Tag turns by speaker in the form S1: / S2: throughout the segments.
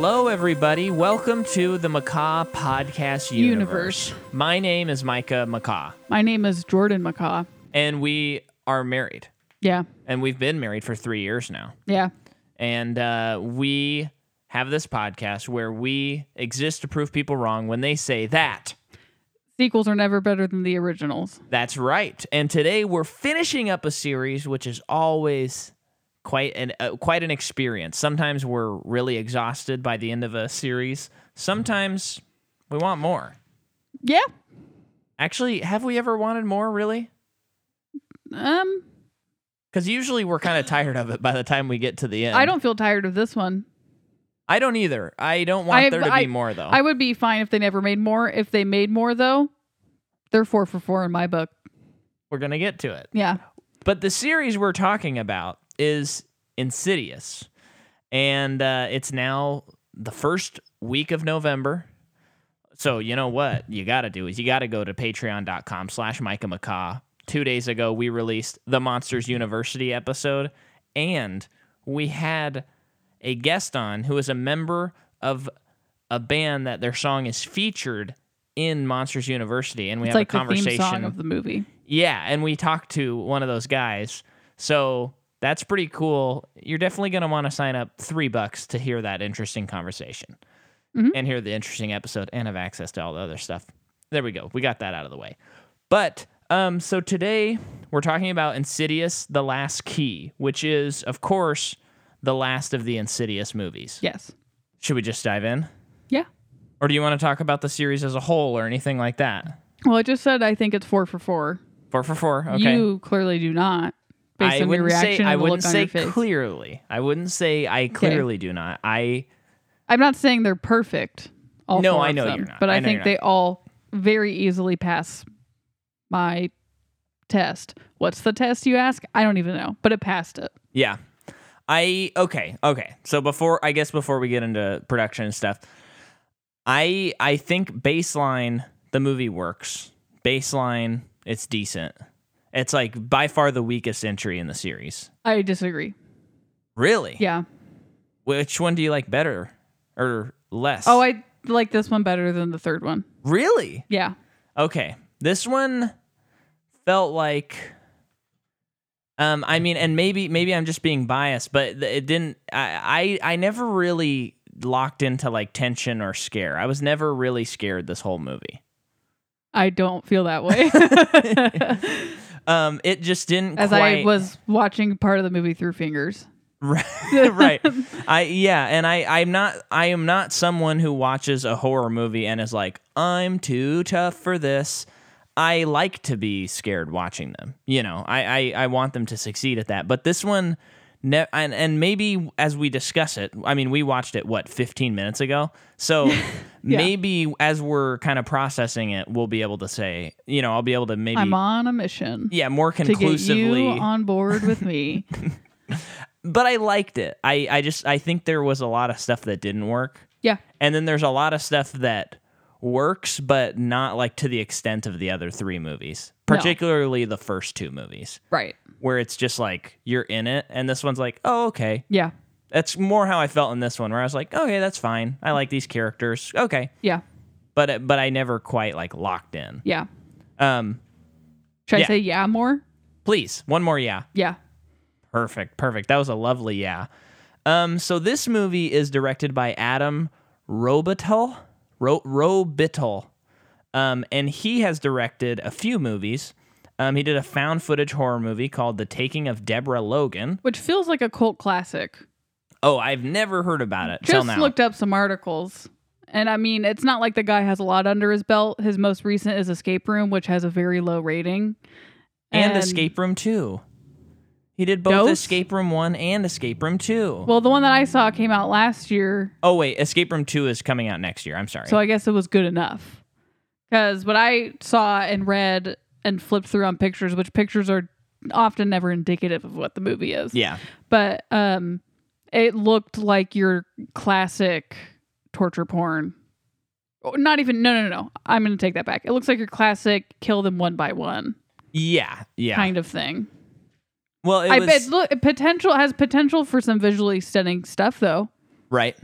S1: everybody. Welcome to the Macaw Podcast Universe.
S2: Universe.
S1: My name is Micah Macaw,
S2: My name is Jordan McCaw.
S1: and we are married.
S2: Yeah.
S1: And we've been married for three years now.
S2: Yeah.
S1: And uh, we have this podcast where we exist to prove people wrong when they say that.
S2: Sequels are never better than the originals.
S1: That's right. And today we're finishing up a series, which is always quite an uh, quite an experience. Sometimes we're really exhausted by the end of a series. Sometimes we want more.
S2: Yeah.
S1: Actually, have we ever wanted more? Really?
S2: Um
S1: Because usually we're kind of tired of it by the time we get to the end.
S2: I don't feel tired of this one.
S1: I don't either. I don't want
S2: I-
S1: there to
S2: I-
S1: be more though.
S2: I would be fine if they never made more. If they made more though, they're 4 for 4 in my book.
S1: we're gonna get to it.
S2: Yeah.
S1: But the series we're talking about is Insidious, and uh, it's now the first week of November. So you know what you got to do is you got to go to patreon.com slash Micah McCaw. Two days ago, we released the Monsters University episode, and we had a guest on who is a member of a band that their song is featured in Monsters University, and we
S2: It's
S1: have
S2: like
S1: a
S2: the
S1: conversation.
S2: theme song of the movie.
S1: Yeah, and we talked to one of those guys. So that's pretty cool. You're definitely going to want to sign up three bucks to hear that interesting conversation and hear the interesting episode and have access to all the other stuff. There we go. We got that out of the way. But um, so today we're talking about Insidious The Last Key, which is, of course, the last of the Insidious movies.
S2: Yes.
S1: Should we just dive in?
S2: Yeah.
S1: Or do you want to talk about the series as a whole or anything like that?
S2: Well, I just said I think it's 4 for 4.
S1: Four for four. Okay.
S2: You clearly do not based
S1: I
S2: on your
S1: wouldn't
S2: reaction
S1: say,
S2: and
S1: I
S2: the
S1: wouldn't
S2: look on
S1: say
S2: your face.
S1: clearly. I wouldn't say I clearly do not. I
S2: I'm not saying they're perfect. All
S1: No,
S2: four
S1: I
S2: of
S1: know
S2: them,
S1: you're not.
S2: But
S1: I
S2: I,
S1: know
S2: think
S1: you're
S2: they all very easily pass my test. What's the test you ask? I don't even know, but it passed it.
S1: yeah. I okay, okay. So before I guess before we get into production and stuff, I I think baseline the movie works. Baseline it's decent. It's like by far the weakest entry in the series.
S2: I disagree.
S1: Really?
S2: Yeah.
S1: Which one do you like better or less?
S2: Oh, I like this one better than the third one.
S1: Really?
S2: Yeah.
S1: Okay. This one felt like um I mean and maybe maybe I'm just being biased, but th- it didn't I I I never really locked into like tension or scare. I was never really scared this whole movie.
S2: I don't feel that way.
S1: Um it just didn't
S2: As I
S1: quite
S2: was watching part of the movie through fingers.
S1: right. I yeah, and I I'm not I am not someone who watches a horror movie and is like, I'm too tough for this. I like to be scared watching them. You know, I I, I want them to succeed at that. But this one ne- and and maybe as we discuss it, I mean, we watched it what 15 minutes ago. So maybe as we're kind of processing it, we'll be able to say, you know, I'll be able to maybe
S2: I'm on a mission
S1: yeah, more
S2: to get
S1: conclusively
S2: you on board with me.
S1: but I liked it. I, I just I think there was a lot of stuff that didn't work.
S2: yeah.
S1: And then there's a lot of stuff that works, but not like to the extent of the other three movies.
S2: No.
S1: Particularly the first two movies.
S2: Right.
S1: Where it's just like you're in it and this one's like, Oh, okay.
S2: Yeah.
S1: That's more how I felt in this one where I was like, Okay, that's fine. I like these characters. Okay.
S2: Yeah.
S1: But but I never quite like locked in.
S2: Yeah.
S1: Um
S2: Should
S1: Yeah.
S2: I say yeah more?
S1: please, one more yeah.
S2: Yeah.
S1: Perfect, perfect. That was a lovely yeah. Um, so this movie is directed by Adam Robitel, Ro- Robitel, um, and he has directed a few movies. Um, he did a found footage horror movie called The Taking of Deborah Logan.
S2: which feels like a cult classic.
S1: Oh, I've never heard about it till
S2: Just
S1: now.
S2: looked up some articles. And I mean, it's not like the guy has a lot under his belt. His most recent is Escape Room, which has a very low rating.
S1: and, Escape Room Two. He did both
S2: Ghost?
S1: Escape Room One and Escape Room Two.
S2: Well, the one that I saw came out last year,
S1: oh wait, Escape Room Two is coming out next year. I'm sorry.
S2: so I guess it was good enough. Because what I saw and read and flipped through on pictures, which pictures are often never indicative of what the movie is.
S1: yeah,
S2: But um, it looked like your classic torture porn. Oh, Not even no no no no. I'm gonna take that back. It looks like your classic kill them one by one
S1: yeah, yeah.
S2: kind of thing.
S1: Well, it
S2: I
S1: was
S2: bet
S1: Mm-hmm.
S2: look potential has potential for some visually stunning stuff though.
S1: Right.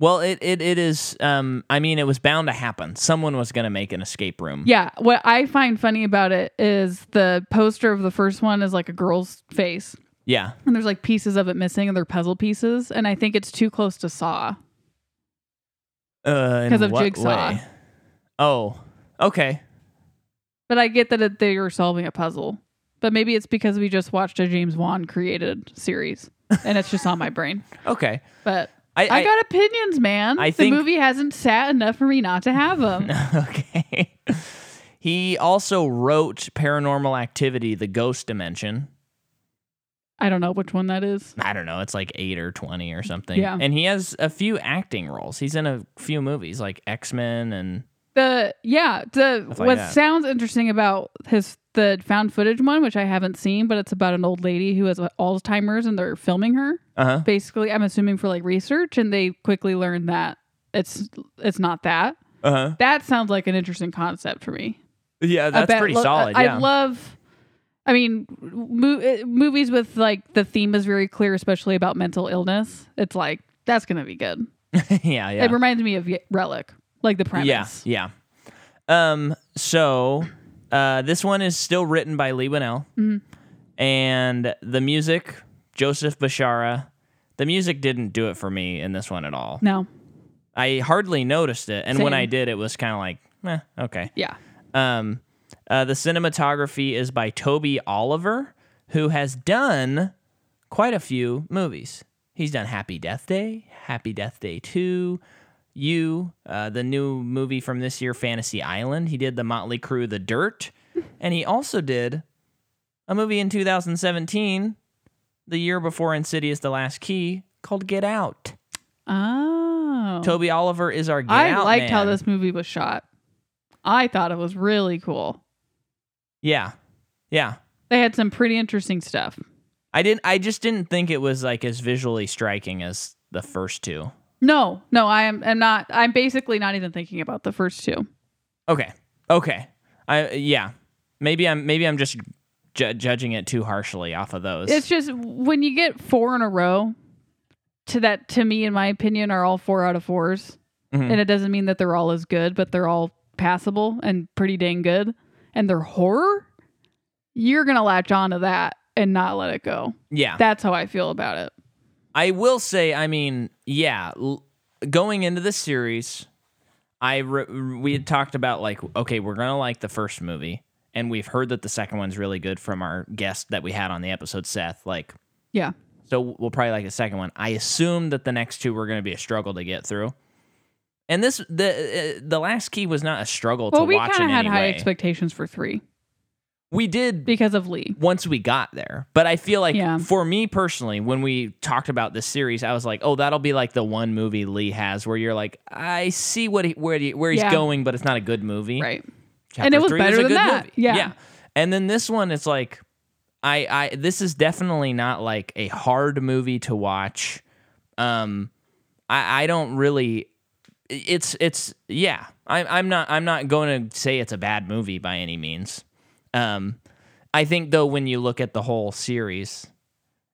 S1: Well, it, it, it is. Um, I mean, it was bound to happen. Someone was going to make an escape room.
S2: Yeah, what I find funny about it is the poster of the first one is like a girl's face,
S1: Yeah.
S2: and there's like pieces of it missing, and they're puzzle pieces, and I think it's too close to Saw.
S1: Because Uh,
S2: 'Cause of Jigsaw.
S1: Oh, okay.
S2: But I get that it, they were solving a puzzle, but maybe it's because we just watched a James Wan created series, and it's just on my brain.
S1: Okay.
S2: But
S1: I,
S2: I, got opinions, man.
S1: I
S2: the
S1: think-
S2: movie hasn't sat enough for me not to have them.
S1: okay. he also wrote Paranormal Activity, The Ghost Dimension.
S2: I don't know which one that is.
S1: I don't know. It's like eight or 20 or something.
S2: Yeah.
S1: And he has a few acting roles. He's in a few movies like X Men and.
S2: The yeah, the
S1: Stuff like
S2: what
S1: that.
S2: sounds interesting about his the found footage one, which I haven't seen, but it's about an old lady who has Alzheimer's and they're filming her.
S1: Uh huh.
S2: Basically, I'm assuming for like research, and they quickly learn that it's it's not that.
S1: Uh huh.
S2: That sounds like an interesting concept for me.
S1: Yeah,
S2: I
S1: that's
S2: bet-
S1: pretty
S2: lo-
S1: solid.
S2: I,
S1: yeah.
S2: I love. I mean, mo- uh, movies with like the theme is very clear, especially about mental illness. It's like that's gonna be good.
S1: yeah. Yeah.
S2: It reminds me of Ye- Relic, like the premise.
S1: Yeah, yeah. Um, so uh, this one is still written by Lee Winnell,
S2: Mm-hmm.
S1: and the music Joseph Bashara. The music didn't do it for me in this one at all.
S2: No.
S1: I hardly noticed it, and when
S2: Same.
S1: I did, it was kind of like, eh, okay.
S2: Yeah.
S1: Um, uh, the cinematography is by Toby Oliver, who has done quite a few movies. He's done Happy Death Day, Happy Death Day 2, You, uh, the new movie from this year, Fantasy Island. He did The Motley Crew, The Dirt. And he also did a movie in 2017, the year before Insidious The Last Key, called Get Out.
S2: Oh.
S1: Toby Oliver is our Get
S2: I
S1: Out
S2: liked how
S1: man.
S2: this movie was shot. I thought it was really cool.
S1: Yeah. Yeah.
S2: They had some pretty interesting stuff.
S1: I didn't. I just didn't think it was like as visually striking as the first two.
S2: No, no, I am I'm not I'm basically not even thinking about the first two.
S1: Okay. Okay. I yeah. Maybe I'm. Maybe I'm just ju- judging it too harshly off of those.
S2: It's just when you get four in a row, to that to me in my opinion are all four out of 4s
S1: Mhm.
S2: And it doesn't mean that they're all as good, but they're all passable and pretty dang good. And they're horror, you're gonna latch on to that and not let it go.
S1: yeah.
S2: That's how I feel about it.
S1: I will say. I mean, yeah. L- going into this series, I re- we had talked about like okay, we're gonna like the first movie, and we've heard that the second one's really good from our guest that we had on the episode, Seth. Like,
S2: Yeah.
S1: So we'll probably like the second one. I assume that the next two were going to be a struggle to get through. And this the uh, the last key was not a struggle
S2: Well,
S1: to
S2: we
S1: watch
S2: kind
S1: in
S2: of had
S1: any
S2: high
S1: way.
S2: expectations for three
S1: we did
S2: because of Lee.
S1: once we got there. But I feel like
S2: Yeah.
S1: for me personally, when we talked about this series, I was like, "Oh, that'll be like the one movie Lee has where you're like, I see what he, where he, where he's
S2: Yeah.
S1: going, but it's not a good movie."
S2: Right.
S1: Chapter
S2: And it was
S1: three a
S2: better than
S1: good
S2: that.
S1: movie.
S2: Yeah.
S1: And then this one is like I I this is definitely not like a hard movie to watch. Um I I don't really it's it's yeah. I'm I'm not I'm not going to say it's a bad movie by any means. Um I think though when you look at the whole series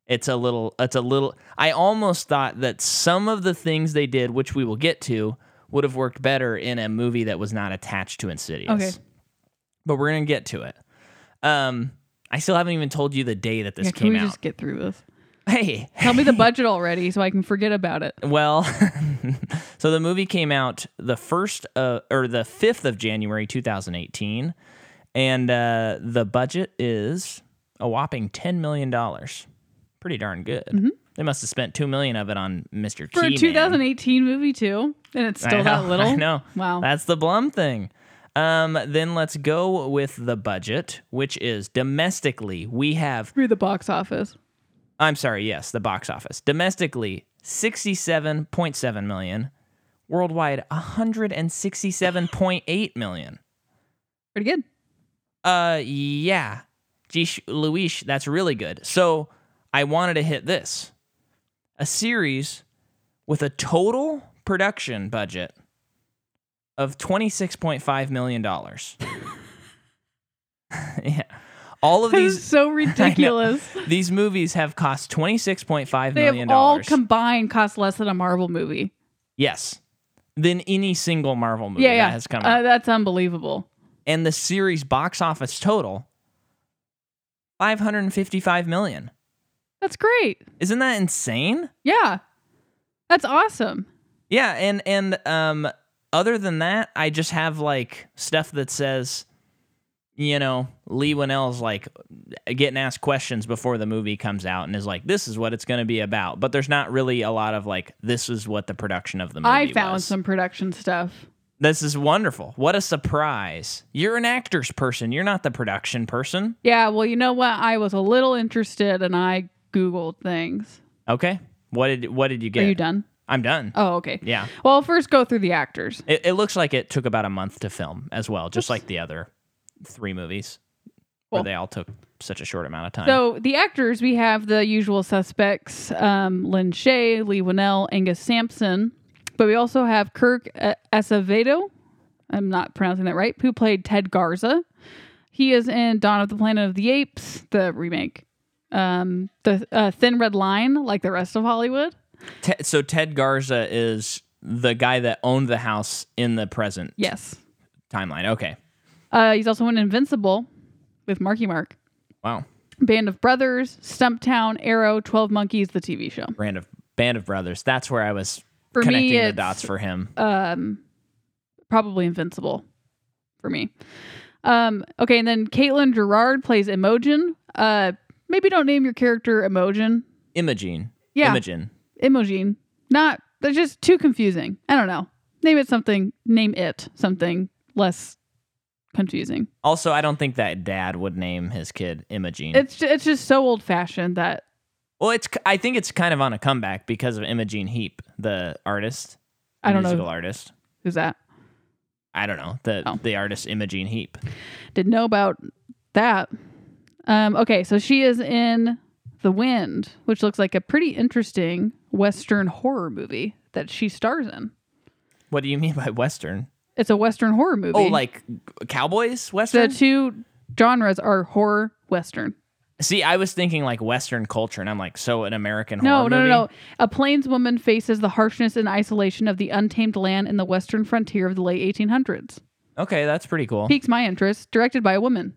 S1: it's a little it's a little I almost thought that some of the things they did which we will get to would have worked better in a movie that was not attached to Insidious
S2: Okay.
S1: but we're gonna get to it. Um, I still haven't even told you the day that this
S2: Yeah, can
S1: came
S2: we
S1: out.
S2: just get through this?
S1: Hey,
S2: Tell me the budget already so I can forget about it.
S1: well, so the movie came out the first uh, or the fifth of January, two thousand eighteen, and uh, the budget is a whopping ten million dollars. Pretty darn good. They must have spent two million of it on Mister
S2: Mm-hmm. For a
S1: Key
S2: 2018 movie too, and it's still
S1: I
S2: that
S1: know,
S2: little.
S1: I know.
S2: Wow.
S1: That's the Blum thing. Um, then let's go with the budget, which is domestically we have
S2: through the box office.
S1: I'm sorry, yes, the box office. Domestically, 67.7 million. Worldwide, 167.8 million.
S2: Pretty good.
S1: Uh, yeah. Geesh, Luish, that's really good. So I wanted to hit this a series with a total production budget of $26.5 million. yeah. All of
S2: That is
S1: these
S2: so ridiculous.
S1: these movies have cost twenty six point five
S2: They
S1: million
S2: have all
S1: dollars.
S2: combined cost less than a Marvel movie.
S1: Yes. Than any single Marvel movie
S2: yeah, yeah.
S1: that has come
S2: uh,
S1: out.
S2: That's unbelievable.
S1: And the series box office total 555 million.
S2: That's great.
S1: Isn't that insane?
S2: Yeah, that's awesome.
S1: Yeah, and and um other than that, I just have like stuff that says you know, Lee Winnell's like getting asked questions before the movie comes out and is like, this is what it's going to be about. But there's not really a lot of like, this is what the production of the movie
S2: I found
S1: was.
S2: some production stuff.
S1: This is wonderful. What a surprise. You're an actor's person. You're not the production person.
S2: Yeah, well, you know what? I was a little interested, and I googled things.
S1: Okay. What did what did you
S2: Are
S1: get?
S2: you done?
S1: I'm done.
S2: Oh, okay.
S1: Yeah.
S2: Well, I'll first go through the actors.
S1: It, it looks like it took about a month to film as well, just like the other three movies where
S2: Cool.
S1: they all took such a short amount of time.
S2: So the actors, we have the usual suspects: um, Lynn Shay, Lee Winnell, Angus Sampson, but we also have Kirk uh, Acevedo. I'm not pronouncing that right. Who played Ted Garza? He is in Dawn of the Planet of the Apes, the remake. Um, the uh, Thin Red Line, like the rest of Hollywood.
S1: Te- so Ted Garza is the guy that owned the house in the present
S2: Yes.
S1: timeline. Okay.
S2: Uh, he's also in Invincible with Marky Mark,
S1: Wow.
S2: Band of Brothers, Stumptown, Arrow, Twelve Monkeys, the TV show.
S1: Band of Band of Brothers. That's where I was
S2: For me,
S1: connecting the
S2: it's-
S1: dots for him.
S2: um probably invincible for me um okay and then caitlin gerard plays imogen uh maybe don't name your character imogen
S1: Imogene.
S2: yeah
S1: Imogen.
S2: imogen not they're just too confusing i don't know name it something name it something less confusing
S1: Also, I don't think that dad would name his kid Imogene.
S2: it's ju- it's just so old fashioned that
S1: well, it's I think it's kind of on a comeback because of Imogene Heap, the artist,
S2: i don't
S1: musical
S2: know
S1: artist.
S2: who's that
S1: I don't know the
S2: Oh.
S1: the artist Imogene Heap.
S2: didn't know about that. Um, okay, so she is in The Wind, which looks like a pretty interesting Western horror movie that she stars in.
S1: What do you mean by Western?
S2: It's a Western horror movie.
S1: Oh, like cowboys
S2: the
S1: Western.
S2: two genres are horror Western.
S1: See, I was thinking like Western culture, and I'm like, so an American
S2: No,
S1: horror
S2: no, no,
S1: movie?
S2: no. A plainswoman faces the harshness and isolation of the untamed land in the Western frontier of the late 1800s.
S1: Okay, that's pretty cool.
S2: Piques my interest. Directed by a woman.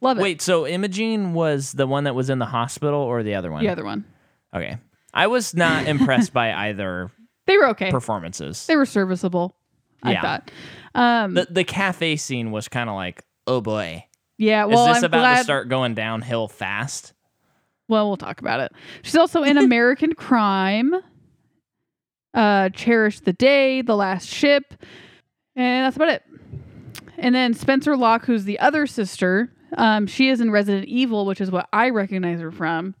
S2: Love it.
S1: Hmm. Wait, so Imogene was the one that was in the hospital, or the other one?
S2: The other one.
S1: Okay, I was not impressed by either
S2: They were okay.
S1: performances.
S2: They were serviceable. I
S1: Yeah.
S2: thought. Um,
S1: The the cafe scene was kind of like, oh boy,
S2: yeah.
S1: is
S2: Well,
S1: this
S2: I'm
S1: about
S2: glad.
S1: to start going downhill fast?
S2: Well, we'll talk about it. She's also in American Crime, uh, Cherish the Day, The Last Ship, and that's about it. And then Spencer Locke, who's the other sister, um, she is in Resident Evil, which is what I recognize her from.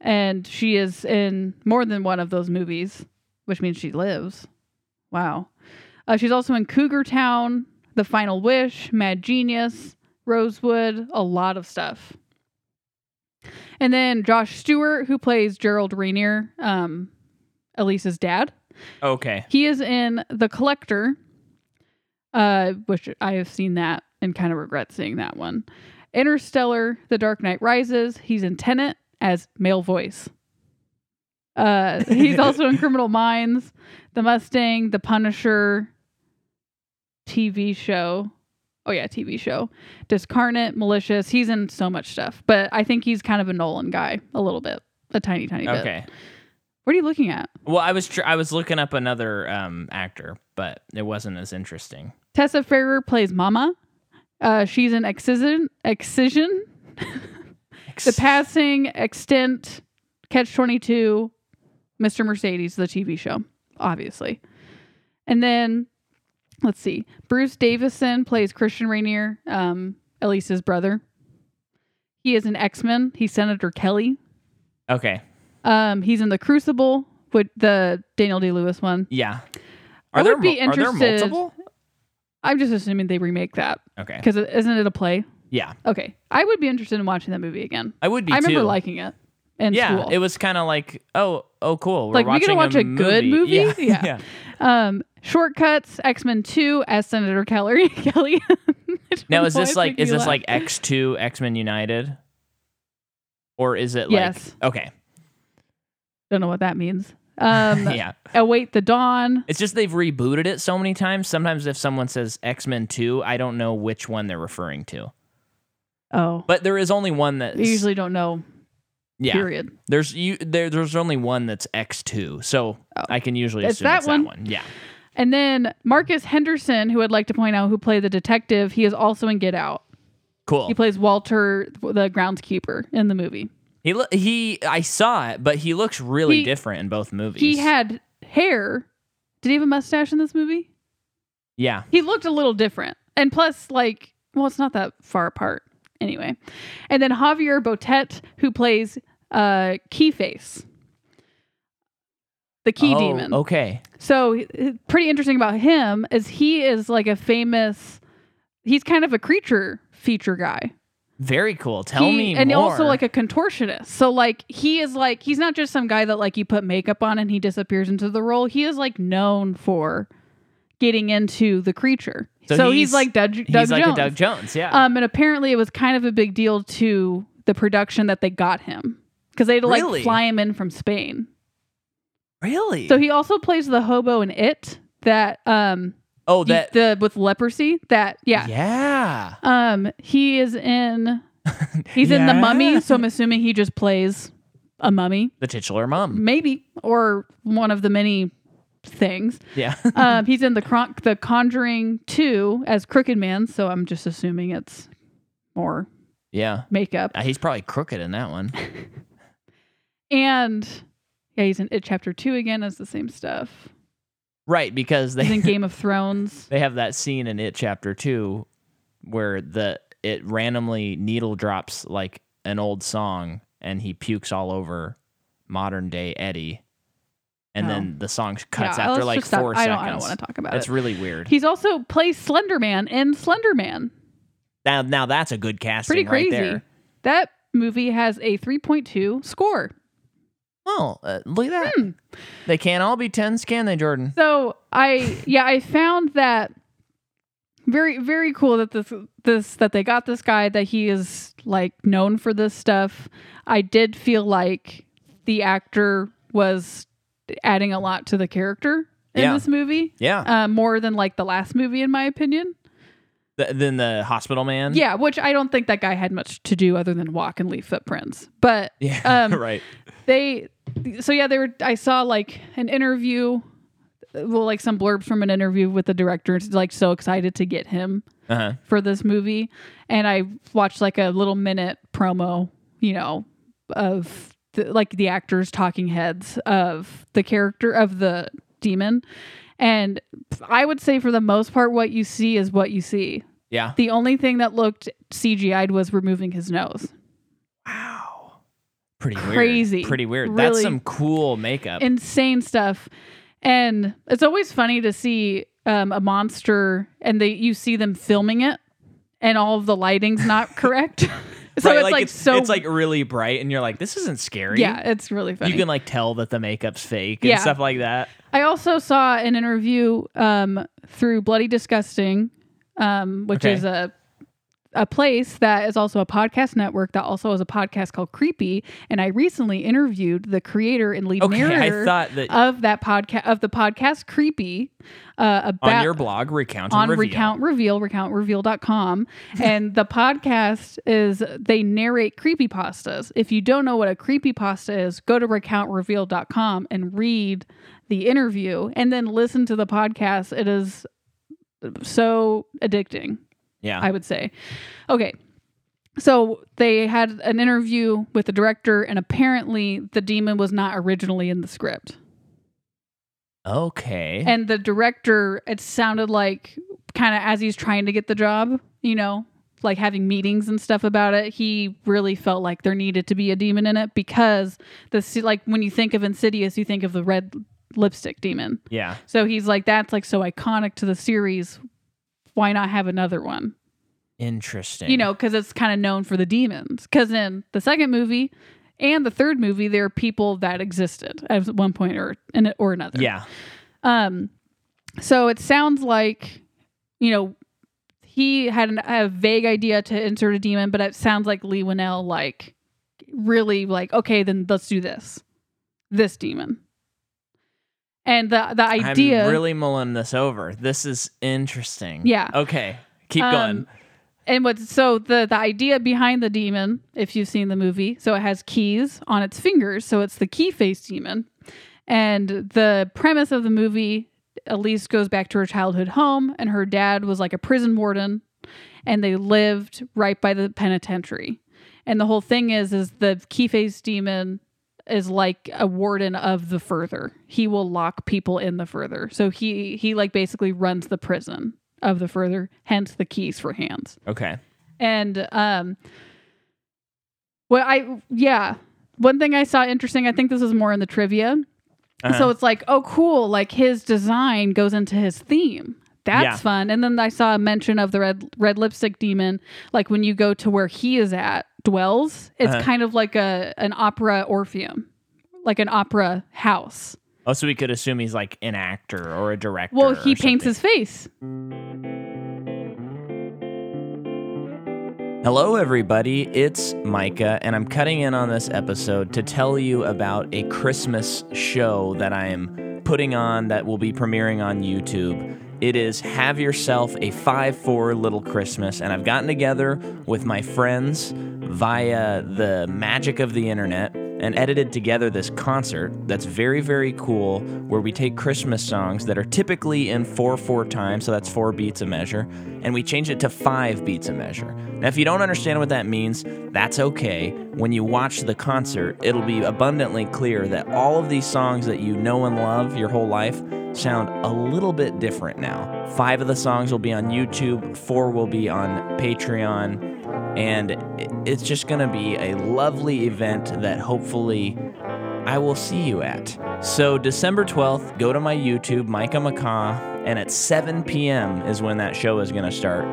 S2: And she is in more than one of those movies, which means she lives. Wow. Uh, she's also in Cougar Town, The Final Wish, Mad Genius, Rosewood, a lot of stuff. And then Josh Stewart, who plays Gerald Rainier, um, Elise's dad,
S1: Okay,
S2: he is in The Collector, uh, which I have seen that and kind of regret seeing that one. Interstellar, The Dark Knight Rises, he's in Tenet as male voice. Uh, he's also in Criminal Minds, The Mustang, The Punisher, TV show. Oh yeah, TV show. Discarnate, Malicious. He's in so much stuff, but I think he's kind of a Nolan guy a little bit, a tiny, tiny bit.
S1: okay.
S2: What are you looking at?
S1: Well, I was tr- I was looking up another um, actor, but it wasn't as interesting.
S2: Tessa Ferrer plays Mama. Uh, she's an excision, excision, the passing, extent, catch 22, Mr. Mercedes, the TV show, obviously. And then let's see. Bruce Davison plays Christian Rainier, um, Elise's brother. He is an X Men. He's Senator Kelly.
S1: okay,
S2: Um, he's in The Crucible with the Daniel D. Lewis one.
S1: yeah.
S2: I would be
S1: mul- Are there
S2: interested-
S1: multiple?
S2: I'm just assuming they remake that
S1: Okay,
S2: because isn't it a play?
S1: yeah,
S2: Okay. I would be interested in watching that movie again.
S1: I would be.
S2: I remember
S1: too.
S2: liking it in
S1: yeah,
S2: school.
S1: it was kind of like, oh, oh, cool. We're
S2: Like, we
S1: watching
S2: gonna watch a good movie?
S1: Yeah,
S2: Yeah. um, Shortcuts, X Men 2 as Senator Kelly. Kelly.
S1: Now is
S2: Why
S1: this like
S2: make
S1: is
S2: me
S1: this
S2: laugh?
S1: like X two X Men United, or is it like
S2: Yes.
S1: okay?
S2: Don't know what that means. Um,
S1: yeah.
S2: Await the dawn.
S1: It's just they've rebooted it so many times. Sometimes if someone says X Men 2, I don't know which one they're referring to.
S2: Oh,
S1: But there is only one that's.
S2: you usually don't know.
S1: yeah.
S2: Period.
S1: There's you there. There's only one that's X two, so I can usually
S2: It's
S1: assume
S2: Oh. that
S1: it's
S2: one.
S1: that one. Yeah,
S2: And then Marcus Henderson, who I'd like to point out, who played the detective, he is also in Get Out.
S1: cool.
S2: He plays Walter, the groundskeeper, in the movie.
S1: He lo- he. I saw it, but he looks really
S2: He-
S1: different in both movies.
S2: He had hair. Did he have a mustache in this movie?
S1: yeah.
S2: He looked a little different. And plus, like, well, it's not that far apart anyway. And then Javier Botet, who plays uh, Keyface, the key
S1: oh,
S2: demon.
S1: Okay.
S2: So, h- h- pretty interesting about him is he is like a famous, he's kind of a creature feature guy.
S1: Very cool. Tell
S2: He-
S1: me
S2: and
S1: more.
S2: also like a contortionist. So like he is like he's not just some guy that like you put makeup on and he disappears into the role. He is like known for getting into the creature.
S1: So
S2: So, he's,
S1: he's-
S2: like Doug, Doug
S1: he's like
S2: Jones.
S1: a Doug Jones. Yeah.
S2: Um, and apparently it was kind of a big deal to the production that they got him because they had to like
S1: Really?
S2: fly him in from Spain.
S1: really?
S2: So he also plays the hobo in it that um
S1: oh,
S2: he-
S1: that.
S2: the with leprosy that yeah.
S1: yeah.
S2: Um, he is in. He's in the Mummy,
S1: Yeah.
S2: so I'm assuming he just plays a mummy,
S1: The titular mom.
S2: maybe, or one of the many things.
S1: Yeah.
S2: Um, he's in the Cron- the Conjuring Two as Crooked Man, so I'm just assuming it's more
S1: yeah.
S2: makeup.
S1: Uh, He's probably crooked in that one.
S2: And yeah, he's in It Chapter Two again as the same stuff.
S1: Right, because
S2: He's
S1: they
S2: in Game of Thrones.
S1: they have that scene in it chapter 2 where the it randomly needle drops like an old song and he pukes all over modern day Eddie. And
S2: Oh.
S1: then the song cuts
S2: Yeah,
S1: after
S2: let's
S1: like
S2: just stop.
S1: 4
S2: I
S1: seconds.
S2: don't, I don't want to talk about
S1: that's
S2: it.
S1: really weird.
S2: He's also plays Slender Man in Slender Man.
S1: now, now that's a good casting
S2: pretty crazy.
S1: right there.
S2: That movie has a 3.2 score.
S1: Oh, uh, look at that.
S2: Hmm.
S1: They can't all be 10s, can they, Jordan?
S2: So I yeah, I found that very very cool that this this that they got this guy that he is like known for this stuff. I did feel like the actor was adding a lot to the character in
S1: Yeah.
S2: this movie.
S1: Yeah.
S2: Uh, more than like the last movie in my opinion.
S1: Th- then the hospital man.
S2: Yeah, which I don't think that guy had much to do other than walk and leave footprints. But
S1: Yeah.
S2: Um,
S1: right.
S2: they so yeah they were i saw like an interview well like some blurbs from an interview with the director it's like so excited to get him
S1: Uh-huh.
S2: for this movie and i watched like a little minute promo you know of the, like the actors talking heads of the character of the demon and i would say for the most part what you see is what you see
S1: Yeah.
S2: the only thing that looked cgi'd was removing his nose
S1: Wow. Pretty
S2: Crazy.
S1: Weird. Pretty weird. That's
S2: Really-
S1: some cool makeup.
S2: insane stuff and it's always funny to see um, a monster and they you see them filming it and all of the lighting's not correct so
S1: Right,
S2: it's like, so
S1: it's like really bright and you're like this isn't scary
S2: yeah it's really funny
S1: you can like tell that the makeup's fake and
S2: Yeah.
S1: stuff like that
S2: i also saw an interview um, through bloody disgusting um, which
S1: Okay.
S2: is a a place that is also a podcast network that also has a podcast called creepy and i recently interviewed the creator and lead
S1: okay
S2: narrator
S1: i thought that
S2: of that podcast of the podcast creepy uh, about
S1: on your blog recount and
S2: on
S1: reveal.
S2: recount reveal recountreveal.com and the podcast is they narrate creepy pastas if you don't know what a creepy pasta is go to recountreveal.com and read the interview and then listen to the podcast it is so addicting
S1: yeah
S2: I would say. Okay. So they had an interview with the director, and apparently the demon was not originally in the script.
S1: okay
S2: And the director, it sounded like kind of as he's trying to get the job, you know, like having meetings and stuff about it, he really felt like there needed to be a demon in it because the se- like when you think of Insidious, you think of the red lipstick demon.
S1: yeah
S2: So he's like, that's like so iconic to the series. Why not have another one?
S1: interesting
S2: you know, because it's kind of known for the demons. Because in the second movie and the third movie, there are people that existed at one point or in or another.
S1: yeah
S2: Um. So it sounds like, you know, he had an, a vague idea to insert a demon, but it sounds like Lee Winnell like really like okay, then let's do this, this demon. And the the idea
S1: I'm really mulling this over. This is interesting.
S2: Yeah.
S1: Okay. Keep
S2: Um,
S1: going.
S2: and what's so the the idea behind the demon if you've seen the movie so it has keys on its fingers so it's the key face demon and the premise of the movie elise goes back to her childhood home and her dad was like a prison warden and they lived right by the penitentiary and the whole thing is is the key face demon is like a warden of the further he will lock people in the further so he he like basically runs the prison of the further hence the keys for hands
S1: Okay.
S2: and um well i yeah one thing i saw interesting i think this is more in the trivia
S1: Uh-huh.
S2: so it's like oh cool like his design goes into his theme that's
S1: Yeah.
S2: fun and then i saw a mention of the red red lipstick demon like when you go to where he is at dwells it's
S1: Uh-huh.
S2: kind of like a an opera orpheum like an opera house
S1: oh, so we could assume he's like an actor or a director.
S2: well
S1: or
S2: he paints
S1: something.
S2: his face
S1: Hello, everybody. It's Micah, and I'm cutting in on this episode to tell you about a Christmas show that I am putting on that will be premiering on YouTube. It is Have Yourself a 5 4 Little Christmas, and I've gotten together with my friends via the magic of the internet and edited together this concert that's very, very cool where we take Christmas songs that are typically in 4 4 time, so that's four beats a measure, and we change it to five beats a measure. Now, if you don't understand what that means, that's okay. When you watch the concert, it'll be abundantly clear that all of these songs that you know and love your whole life sound a little bit different now. Five of the songs will be on YouTube, four will be on Patreon and it- it's just going to be a lovely event that hopefully I will see you at. So, December 12th, go to my YouTube, Micah McCaw, and at 7 p.m. is when that show is going to start.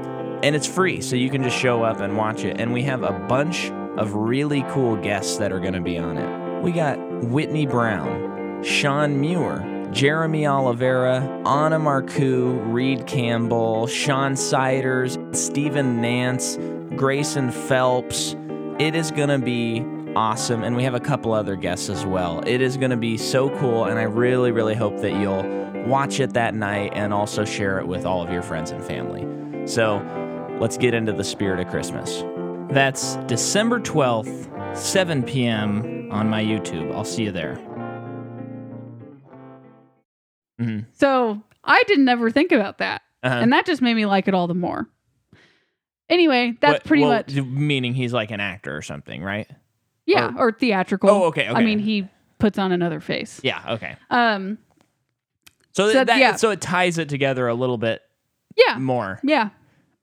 S1: And it's free, so you can just show up and watch it. And we have a bunch of really cool guests that are going to be on it. We got Whitney Brown, Sean Muir, Jeremy Oliveira, Anna Marcoux, Reed Campbell, Sean Siders, Stephen Nance, Grayson Phelps. It is going to be awesome. And we have a couple other guests as well. It is going to be so cool. And I really, really hope that you'll watch it that night and also share it with all of your friends and family. So let's get into the spirit of Christmas. That's December 12th, 7 p.m. on my YouTube. I'll see you there. hmm
S2: so i didn't ever think about that
S1: Uh-huh.
S2: and that just made me like it all the more anyway that's
S1: What-
S2: pretty
S1: well,
S2: much
S1: Meaning he's like an actor or something, right?
S2: Yeah, or, theatrical.
S1: Oh, okay,
S2: I
S1: okay.
S2: mean, he puts on another face.
S1: Yeah, okay.
S2: Um,
S1: So,
S2: So,
S1: th- that,
S2: yeah.
S1: so it ties it together a little bit
S2: yeah,
S1: more.
S2: yeah.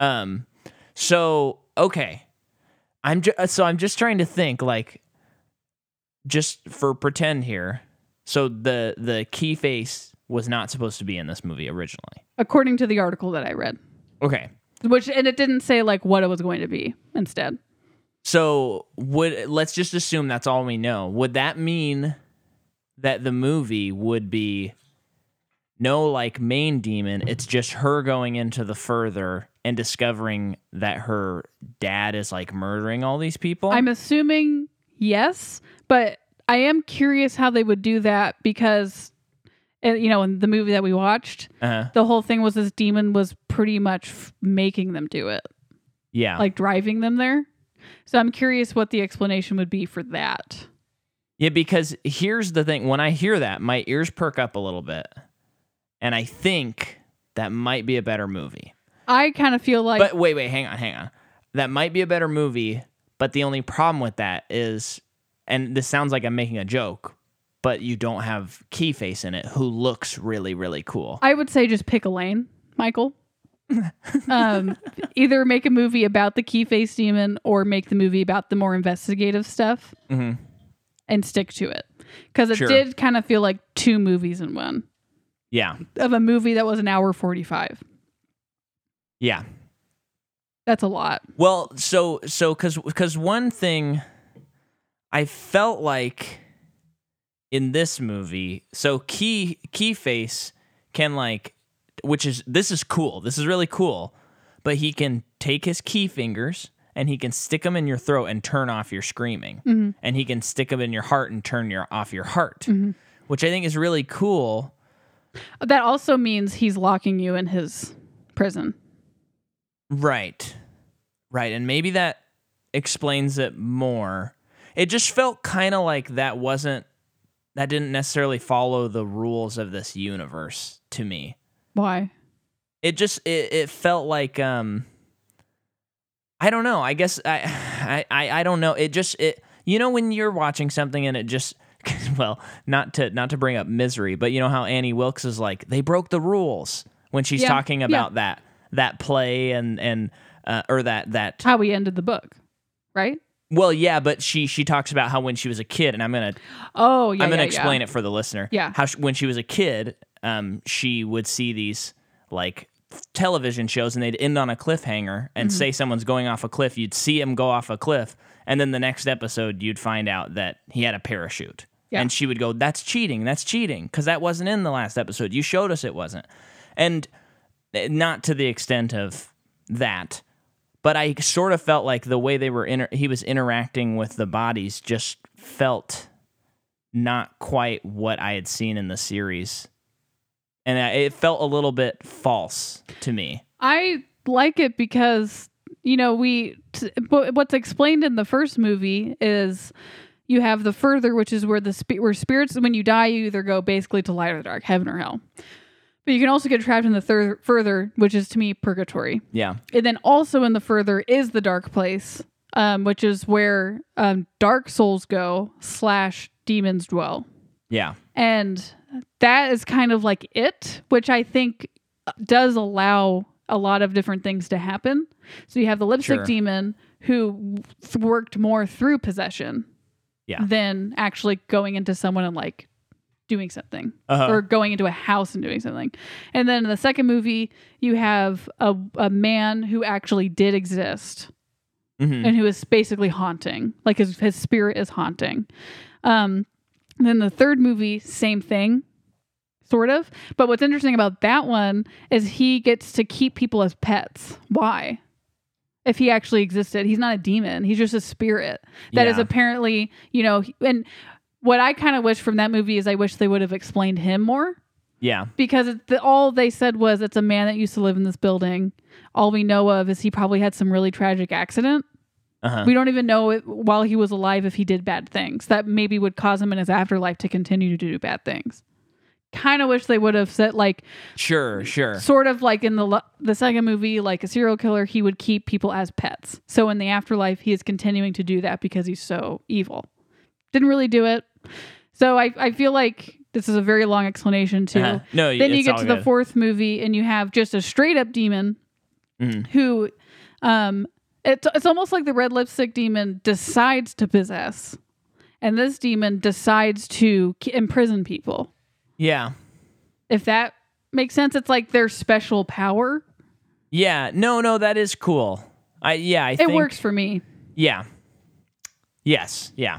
S1: Um, so okay, I'm ju- so I'm just trying to think like, just for pretend here. So the the key face was not supposed to be in this movie originally.
S2: According to the article that I read,
S1: Okay,
S2: which and it didn't say like what it was going to be. Instead,
S1: so would let's just assume that's all we know. Would that mean that the movie would be no like main demon? It's just her going into the further and discovering that her dad is like murdering all these people.
S2: I'm assuming yes, but I am curious how they would do that because, uh, you know, in the movie that we watched,
S1: uh,
S2: the whole thing was this demon was pretty much f- making them do it,
S1: yeah.
S2: like driving them there. So I'm curious what the explanation would be for that.
S1: Yeah, because here's the thing. When I hear that, my ears perk up a little bit. And I think that might be a better movie.
S2: I kind of feel like
S1: but wait, wait, hang on, hang on. That might be a better movie, but the only problem with that is and this sounds like I'm making a joke, but you don't have Keyface in it who looks really, really cool.
S2: I would say just pick a lane, Michael. um, either make a movie about the key face demon or make the movie about the more investigative stuff
S1: Mhm.
S2: and stick to it. Because it
S1: Sure.
S2: did kind of feel like two movies in one
S1: Yeah.
S2: of a movie that was an hour 45.
S1: Yeah.
S2: That's a lot.
S1: Well, so so cuz cuz one thing I felt like in this movie, so key key face can like which is this is cool. This is really cool. But he can take his key fingers and he can stick them in your throat and turn off your screaming. And he can stick them in your heart and turn your off your heart, which I think is really cool.
S2: That also means he's locking you in his prison.
S1: Right. Right. And maybe that explains it more. It just felt kind of like that wasn't, that didn't necessarily follow the rules of this universe to me.
S2: Why?
S1: It just, it, it felt like, um, I don't know. I guess I, I, I, I don't know. It just, it, you know, when you're watching something and it just, well, not to, not to bring up misery, but you know how Annie Wilkes is like, they broke the rules when she's
S2: Yeah,
S1: talking
S2: yeah.
S1: about that, that play and, and, uh, or that, that,
S2: How we ended the book, right?
S1: Well, yeah, but she she talks about how when she was a kid, and I'm gonna
S2: Oh, yeah.
S1: I'm gonna
S2: yeah,
S1: explain it for the listener.
S2: Yeah.
S1: how she, when she was a kid, um, she would see these like television shows, and they'd end on a cliffhanger,
S2: Mm-hmm.
S1: and say someone's going off a cliff. You'd see him go off a cliff, and then the next episode, you'd find out that he had a parachute.
S2: Yeah.
S1: And she would go, "That's cheating. That's cheating," because that wasn't in the last episode. You showed us it wasn't, and eh, not to the extent of that but I sort of felt like the way they were inter- he was interacting with the bodies just felt not quite what I had seen in the series, and I, it felt a little bit false to me.
S2: I like it because you know we. T- but what's explained in the first movie is you have the further, which is where the spi- where spirits when you die you either go basically to light or dark, heaven or hell. But you can also get trapped in the thir- further, which is to me purgatory.
S1: Yeah,
S2: and then also in the further is the dark place um, which is where um, dark souls go slash demons dwell
S1: yeah,
S2: and that is kind of like it which i think does allow a lot of different things to happen so you have the lipstick
S1: Sure.
S2: demon who th- worked more through possession
S1: Yeah.
S2: than actually going into someone and like doing something
S1: uh-huh.
S2: or going into a house and doing something. And then in the second movie, you have a, a man who actually did exist
S1: Mhm.
S2: and who is basically haunting, like his, his spirit is haunting. Um, and then the third movie, same thing, sort of. But what's interesting about that one is he gets to keep people as pets. Why? If he actually existed, he's not a demon. He's just a spirit that is
S1: Yeah.
S2: apparently, you know, and what I kind of wish from that movie is I wish they would have explained him more
S1: yeah,
S2: because it, the, all they said was it's a man that used to live in this building. All we know of is he probably had some really tragic accident.
S1: uh-huh.
S2: We don't even know it, while he was alive if he did bad things that maybe would cause him in his afterlife to continue to do bad things. Kind of wish they would have said like
S1: sure, sure,
S2: sort of like in the lo- the second movie like a serial killer he would keep people as pets. So in the afterlife he is continuing to do that because he's so evil. Didn't really do it. So I I feel like this is a very long explanation too
S1: Uh-huh. No,
S2: then you
S1: it's
S2: get
S1: all
S2: to the
S1: good.
S2: fourth movie and you have just a straight up demon
S1: Mhm.
S2: who um it's it's almost like the red lipstick demon decides to possess and this demon decides to k- imprison people
S1: Yeah,
S2: if that makes sense it's like their special power
S1: yeah. No, no, that is cool. I yeah, I think,
S2: it works for me
S1: Yeah. Yes. Yeah.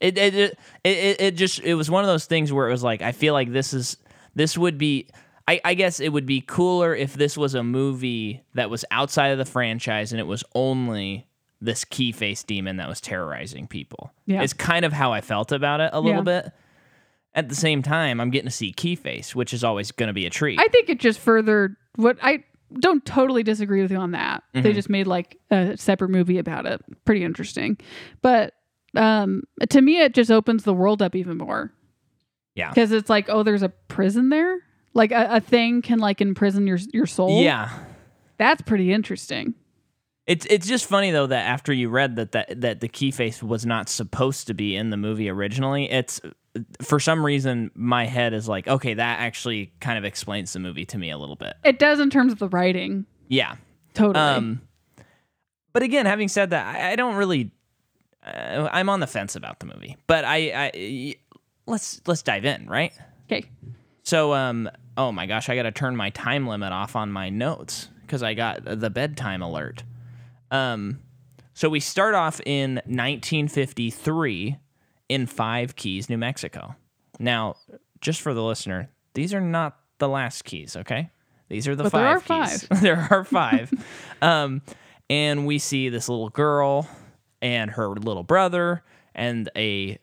S1: It it, it it it just it was one of those things where it was like I feel like this is this would be I, I guess it would be cooler if this was a movie that was outside of the franchise and it was only this key face demon that was terrorizing people.
S2: Yeah.
S1: It's kind of how I felt about it a little
S2: Yeah.
S1: bit. At the same time, I'm getting to see Keyface, which is always going to be a treat.
S2: i think it just further what i don't totally disagree with you on that they
S1: Mhm.
S2: just made like a separate movie about it pretty interesting but um to me it just opens the world up even more
S1: yeah.
S2: because it's like oh there's a prison there like a, a thing can like imprison your your soul
S1: Yeah.
S2: that's pretty interesting
S1: It's it's just funny though that after you read that that, that the key face was not supposed to be in the movie originally, it's for some reason my head is like, okay, that actually kind of explains the movie to me a little bit.
S2: it does in terms of the writing
S1: Yeah.
S2: totally
S1: Um but again, having said that, I, I don't really uh, I'm on the fence about the movie. But I, I let's let's dive in, right?
S2: okay
S1: So um oh my gosh, I got to turn my time limit off on my notes cuz I got the bedtime alert. Um so we start off in 1953 in Five Keys, New Mexico. Now, just for the listener, these are not the last keys, okay? These are the
S2: But there
S1: five
S2: are
S1: keys. there are five. um and we see this little girl and her little brother and a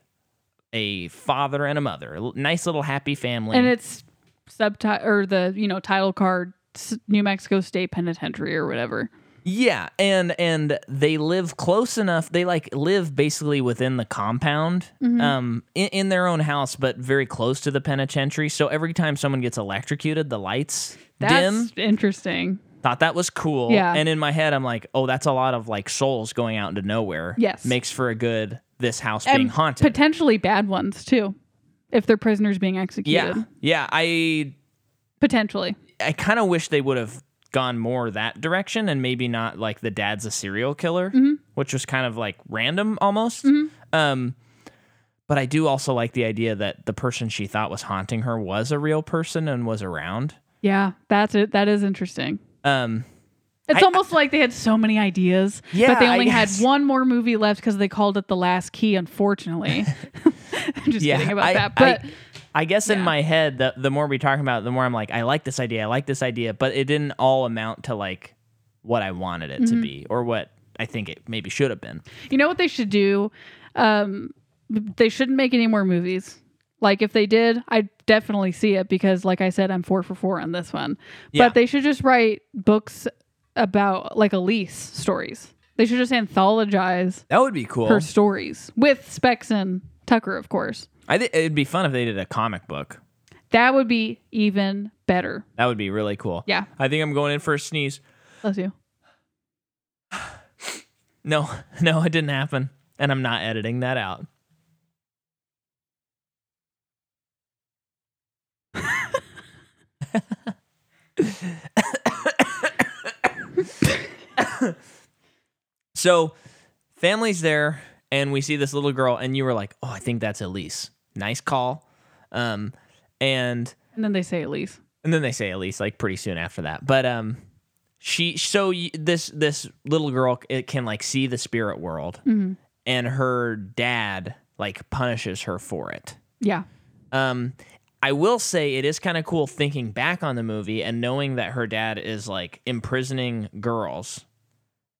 S1: a father and a mother. A l- nice little happy family.
S2: and it's subtitle or the you know title card S- New Mexico State Penitentiary or whatever.
S1: Yeah, and and they live close enough. They like live basically within the compound,
S2: Mm-hmm.
S1: um, in, in their own house, but very close to the penitentiary. So every time someone gets electrocuted, the lights
S2: That's
S1: dim.
S2: interesting.
S1: Thought that was cool.
S2: Yeah.
S1: And in my head, I'm like, oh, that's a lot of like souls going out into nowhere.
S2: Yes.
S1: makes for a good this house
S2: And
S1: being haunted.
S2: Potentially bad ones too, if they're prisoners being executed.
S1: yeah, yeah. I
S2: Potentially.
S1: I kind of wish they would have gone more that direction and maybe not like the dad's a serial killer,
S2: Mm-hmm.
S1: which was kind of like random almost. Um, but I do also like the idea that the person she thought was haunting her was a real person and was around.
S2: Yeah, that's it. That is interesting.
S1: Um,
S2: It's
S1: I-
S2: almost like they had so many ideas,
S1: Yeah,
S2: but they
S1: I
S2: only had
S1: guess.
S2: one more movie left because they called it The Last Key, unfortunately. I'm just
S1: yeah,
S2: kidding about
S1: I,
S2: that. But
S1: I, I guess in
S2: yeah.
S1: my head, the the more we talk about it, the more I'm like, I like this idea, I like this idea, but it didn't all amount to like what I wanted it
S2: Mm-hmm.
S1: to be or what I think it maybe should have been.
S2: you know what they should do? Um, they shouldn't make any more movies. Like if they did, I'd definitely see it because, like I said, I'm four for four on this one.
S1: Yeah.
S2: But they should just write books about like Elise stories. They should just anthologize
S1: That would be cool.
S2: her stories with Specs and Tucker, of course.
S1: I think it'd be fun if they did a comic book.
S2: That would be even better.
S1: That would be really cool.
S2: Yeah.
S1: I think I'm going in for a sneeze.
S2: Bless you.
S1: No, no, it didn't happen. And I'm not editing that out. so, family's there, and we see this little girl, and you were like, oh, I think that's Elise. Nice call. Um, and
S2: And then they say Elise.
S1: and then they say at least like pretty soon after that but um she so y- this this little girl it can like see the spirit world
S2: Mm-hmm.
S1: and her dad like punishes her for it
S2: Yeah.
S1: um i will say it is kind of cool thinking back on the movie and knowing that her dad is like imprisoning girls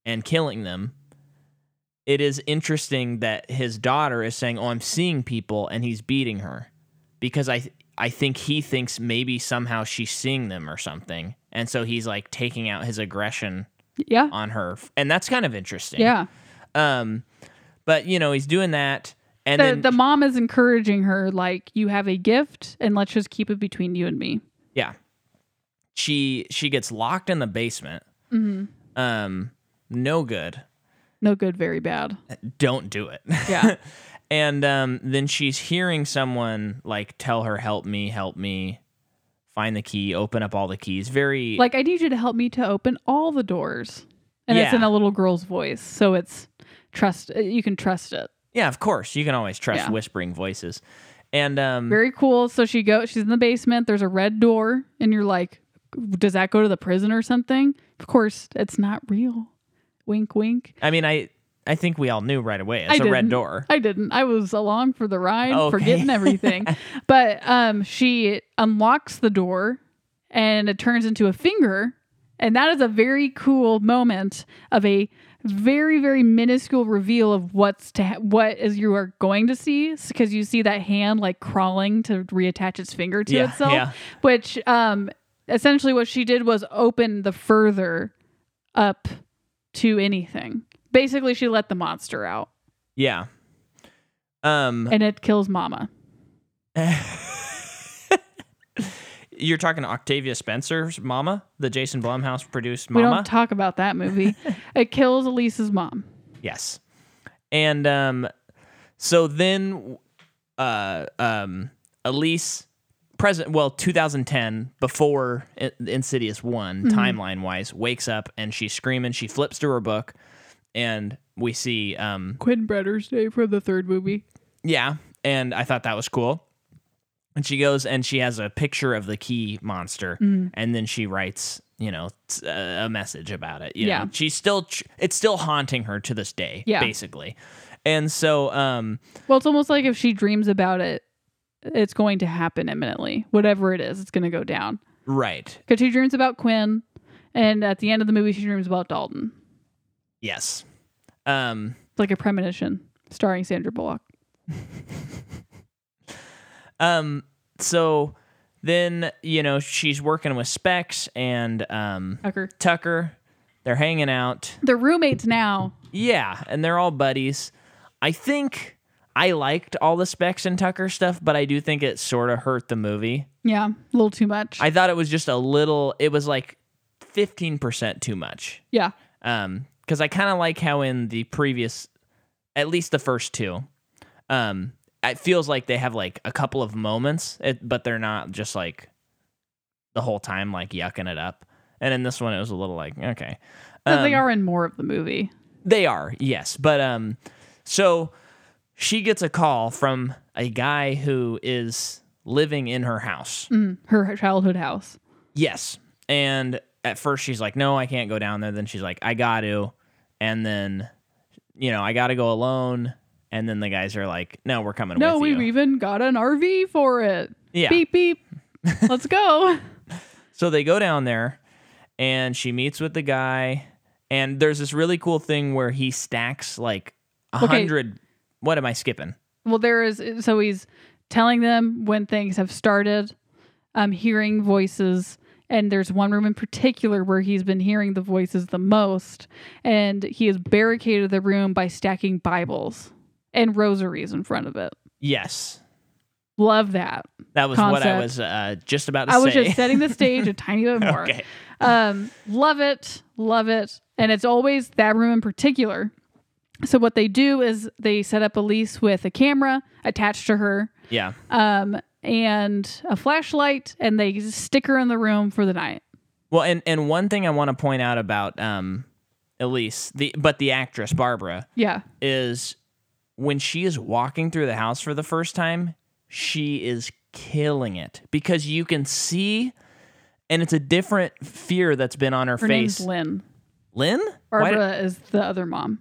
S1: and killing them it is interesting that his daughter is saying oh i'm seeing people and he's beating her because I I think he thinks maybe somehow she's seeing them or something, and so he's like taking out his aggression
S2: Yeah.
S1: on her, and that's kind of interesting.
S2: Yeah.
S1: Um, but you know he's doing that, and
S2: The,
S1: then
S2: the mom is encouraging her, like, you have a gift and let's just keep it between you and me.
S1: yeah, she she gets locked in the basement.
S2: Mm-hmm.
S1: Um, no good.
S2: No good, very bad.
S1: Don't do it.
S2: Yeah.
S1: and um, then she's hearing someone like tell her, "Help me, help me." Find the key, open up all the keys. Very
S2: like, I need you to help me to open all the doors. And it's
S1: Yeah.
S2: in a little girl's voice. So it's trust. uh, You can trust it.
S1: Yeah, of course. You can always trust
S2: Yeah.
S1: whispering voices. And um
S2: Very cool. So she goes, she's in the basement. There's a red door. And you're like, does that go to the prison or something? Of course, it's not real. Wink, wink.
S1: I mean I I think we all knew right away. It's
S2: I
S1: a red
S2: didn't.
S1: door.
S2: I didn't. I was along for the ride,
S1: Okay.
S2: forgetting everything. but um, she unlocks the door, and it turns into a finger, and that is a very cool moment of a very very minuscule reveal of what's to ha- what is you are going to see because you see that hand like crawling to reattach its finger to
S1: Yeah,
S2: itself,
S1: yeah.
S2: which um, essentially what she did was open the further up to anything. Basically, she let the monster out
S1: Yeah. Um
S2: and it kills mama.
S1: you're talking Octavia Spencer's mama, the Jason Blumhouse produced
S2: We
S1: mama?
S2: don't talk about that movie. it kills Elise's mom.
S1: yes. And um so then uh um Elise present well 2010 before In- Insidious one timeline wise wakes up and she's screaming she flips to her book and we see um
S2: Quinn Bretter's Day for the third movie.
S1: Yeah, and I thought that was cool. And she goes and she has a picture of the key monster,
S2: Mm.
S1: and then she writes, you know, t- uh, a a message about it. You
S2: Yeah.
S1: know? she's still tr- it's still haunting her to this day,
S2: Yeah.
S1: basically. And so, um,
S2: Well, it's almost like if she dreams about it, it's going to happen imminently. Whatever it is, it's going to go down.
S1: right,
S2: Because she dreams about Quinn, and at the end of the movie, she dreams about Dalton.
S1: yes, um,
S2: It's like a premonition, starring Sandra Bullock.
S1: um, so Then you know she's working with Specs and um,
S2: Tucker.
S1: Tucker. They're hanging out.
S2: They're roommates now.
S1: Yeah, and they're all buddies. I think I liked all the Specs and Tucker stuff, but I do think it sort of hurt the movie.
S2: Yeah, a little too much.
S1: I thought it was just a little. It was like fifteen percent too much.
S2: yeah,
S1: Um, because I kind of like how in the previous, at least the first two, um, it feels like they have like a couple of moments, it, but they're not just like the whole time like yucking it up. And in this one, it was a little like okay,
S2: 'Cause they
S1: Um,
S2: are in more of the movie.
S1: they are, yes. But um so she gets a call from a guy who is living in her house.
S2: Mm, her childhood house.
S1: Yes. And at first she's like, "No, I can't go down there." Then she's like, "I got to." And then you know, I got to go alone. And then the guys are like, "No, we're coming
S2: No,
S1: with
S2: we
S1: you."
S2: even got an RV for it.
S1: Yeah.
S2: Beep beep. Let's go.
S1: So they go down there and she meets with the guy and there's this really cool thing where he stacks like a
S2: Okay.
S1: 100 What am I skipping?
S2: Well, there is. So he's telling them when things have started, um, hearing voices. And there's one room in particular where he's been hearing the voices the most. And he has barricaded the room by stacking Bibles and rosaries in front of it.
S1: Yes.
S2: Love that.
S1: That was what I
S2: concept.
S1: was uh, just about to
S2: I
S1: say.
S2: was just setting the stage a tiny bit more.
S1: okay.
S2: um, love it, love it, and it's always that room in particular. So what they do is they set up a lease with a camera attached to her,
S1: Yeah.
S2: um, and a flashlight, and they stick her in the room for the night.
S1: Well, and, and one thing I want to point out about um, Elise, the but the actress Barbara
S2: Yeah,
S1: is when she is walking through the house for the first time, she is killing it because you can see, and it's a different fear that's been on her,
S2: her name's
S1: face.
S2: Lynn.
S1: Lynn. Why did-
S2: Barbara is the other mom.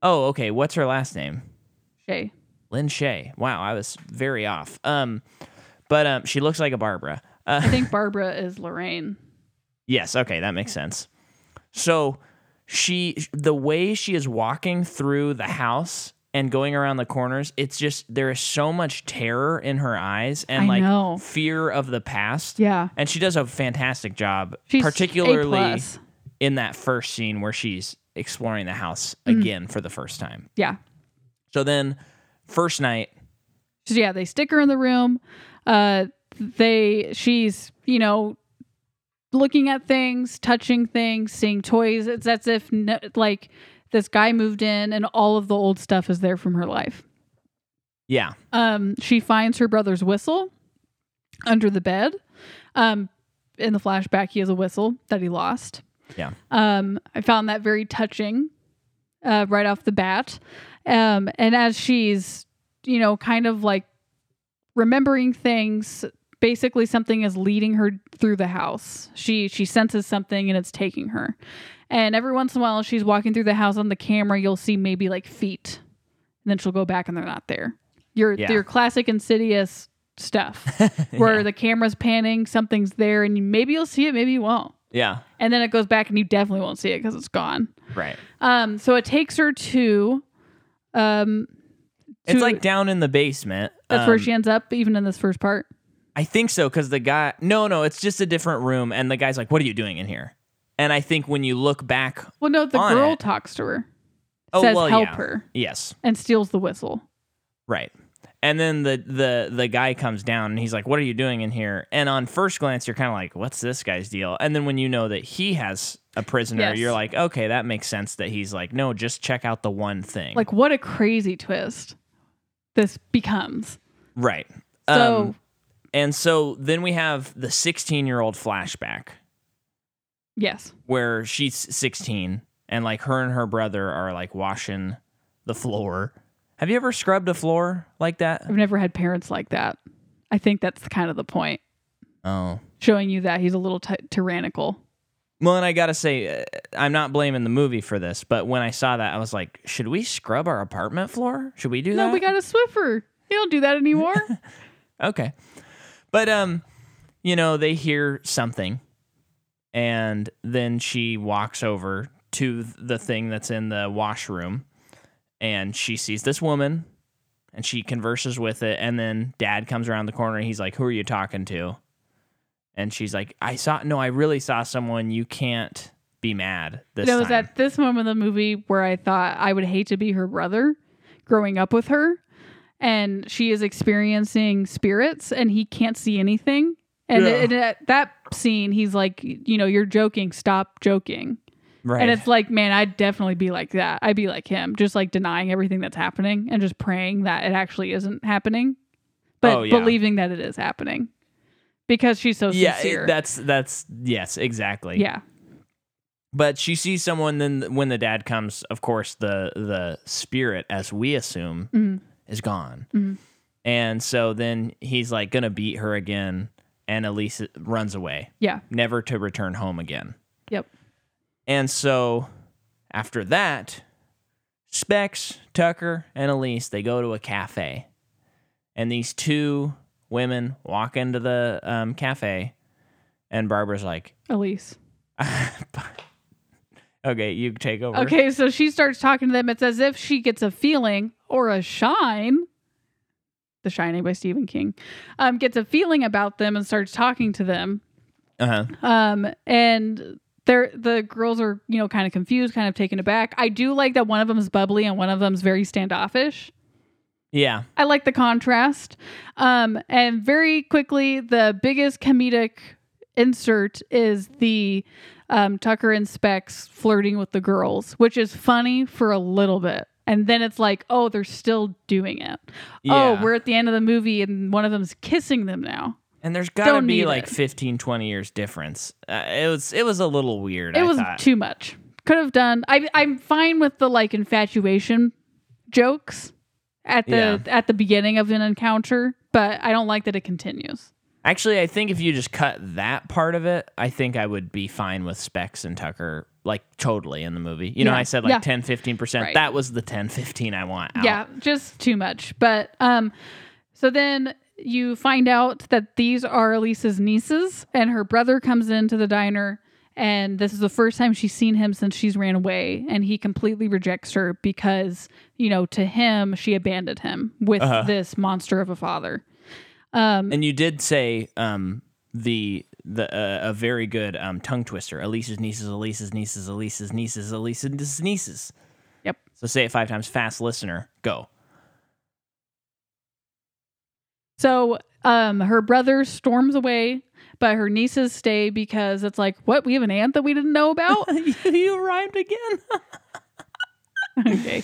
S1: oh, okay. What's her last name?
S2: Shay.
S1: Lynn Shay. Wow, I was very off. Um, but um, she looks like a Barbara. Uh,
S2: I think Barbara is Lorraine.
S1: Yes, okay, that makes sense. So she the way she is walking through the house and going around the corners, it's just there is so much terror in her eyes and
S2: I
S1: like
S2: know.
S1: fear of the past.
S2: Yeah,
S1: And she does a fantastic job,
S2: she's A+.
S1: particularly in that first scene where she's exploring the house
S2: Mm-hmm.
S1: again for the first time.
S2: Yeah,
S1: So then first night,
S2: So yeah, they stick her in the room. Uh, they she's you know looking at things, touching things, seeing toys. It's as if no, like this guy moved in and all of the old stuff is there from her life.
S1: yeah.
S2: Um, she finds her brother's whistle under the bed. Um, in the flashback, he has a whistle that he lost.
S1: Yeah.
S2: Um, I found that very touching uh, right off the bat. Um, and as she's, you know, kind of like remembering things, basically something is leading her through the house. She she senses something and it's taking her. And every once in a while, she's walking through the house on the camera. You'll see maybe like feet, and then she'll go back and they're not there. Your
S1: Yeah.
S2: your classic insidious stuff, where the camera's panning, something's there, and you- maybe you'll see it, maybe you won't
S1: Yeah.
S2: and then it goes back and you definitely won't see it because it's gone
S1: Right.
S2: um so it takes her to um
S1: It's
S2: to-
S1: like down in the basement.
S2: that's where
S1: um,
S2: she ends up even in this first part
S1: I think so because the guy. No, no, it's just a different room, and the guy's like, "What are you doing in here?" And I think when you look back,
S2: well no the
S1: on
S2: girl
S1: it-
S2: talks to her
S1: oh
S2: says
S1: well,
S2: help
S1: yeah.
S2: her
S1: Yes,
S2: and steals the whistle
S1: right. And then the the the guy comes down and he's like, "What are you doing in here?" And on first glance, you're kind of like, "What's this guy's deal?" And then when you know that he has a prisoner,
S2: Yes.
S1: you're like, "Okay, that makes sense." That he's like, "No, just check out the one thing."
S2: like what a crazy twist this becomes
S1: right.
S2: so
S1: um, and so then we have the 16 year old flashback.
S2: yes
S1: where she's 16 and like her and her brother are like washing the floor. Have you ever scrubbed a floor like that?
S2: i've never had parents like that i think that's kind of the point
S1: Oh.
S2: showing you that he's a little ty tyrannical
S1: Well, and I gotta say, uh, I'm not blaming the movie for this, but when I saw that, I was like, should we scrub our apartment floor? Should we do that?
S2: no we got a swiffer he don't do that anymore
S1: Okay. But um, you know, they hear something and then she walks over to the thing that's in the washroom and she sees this woman and she converses with it and then dad comes around the corner and he's like, "Who are you talking to?" and she's like, "I saw no, I really saw someone. You can't be mad this
S2: That was
S1: time."
S2: at this moment of the movie where I thought I would hate to be her brother growing up with her. And she is experiencing spirits and he can't see anything. And,
S1: Yeah.
S2: and at that scene, he's like, you know, you're joking. Stop joking.
S1: right.
S2: And it's like, man, I'd definitely be like that. I'd be like him, just like denying everything that's happening and just praying that it actually isn't happening, but
S1: Oh, yeah.
S2: believing that it is happening because she's so
S1: yeah, it-
S2: sincere.
S1: that's that's yes, exactly.
S2: yeah.
S1: But she sees someone. Then when the dad comes, of course, the the spirit, as we assume,
S2: Mhm.
S1: is gone.
S2: Mhm.
S1: And so then he's like gonna beat her again, and Elise runs away,
S2: Yeah.
S1: never to return home again.
S2: Yep.
S1: And so after that, Specs, Tucker, and Elise, they go to a cafe. And these two women walk into the um, cafe, and Barbara's like,
S2: Elise.
S1: okay, you take over.
S2: Okay, so she starts talking to them. It's as if she gets a feeling or a shine. The Shining by Stephen King um, gets a feeling about them and starts talking to them.
S1: Uh-huh.
S2: Um, and they're the girls are you know kind of confused, kind of taken aback. I do like that one of them's bubbly and one of them's very standoffish.
S1: Yeah.
S2: I like the contrast. Um, and very quickly, the biggest comedic insert is the um, Tucker and Specs flirting with the girls, which is funny for a little bit. And then it's like, oh, they're still doing it.
S1: Yeah.
S2: Oh, we're at the end of the movie and one of them's kissing them now.
S1: And there's got to
S2: Don't need
S1: be
S2: it.
S1: like 15, 20 years difference. Uh, it was it was a little weird.
S2: it
S1: I
S2: was
S1: thought.
S2: too much. Could have done. I, I'm fine with the like infatuation jokes at the at the beginning of an encounter, but I don't like that it continues.
S1: Actually, I think if you just cut that part of it, I think I would be fine with Specs and Tucker like totally in the movie. You know,
S2: Yeah.
S1: I said like
S2: Yeah.
S1: 10 15%.
S2: Right.
S1: That was the 10 15 I want out.
S2: Yeah, just too much. But um so then you find out that these are Elisa's nieces and her brother comes into the diner and this is the first time she's seen him since she's ran away and he completely rejects her because, you know, to him she abandoned him with
S1: Uh-huh.
S2: this monster of a father.
S1: And you did say um the the uh, a very good um tongue twister. Elise's nieces, Elise's nieces, Elise's nieces, Elise's nieces.
S2: Yep.
S1: So say it 5 times fast listener. Go.
S2: So um her brother storms away, but her nieces stay because it's like, what, we have an aunt that we didn't know about?
S1: you rhymed again.
S2: okay.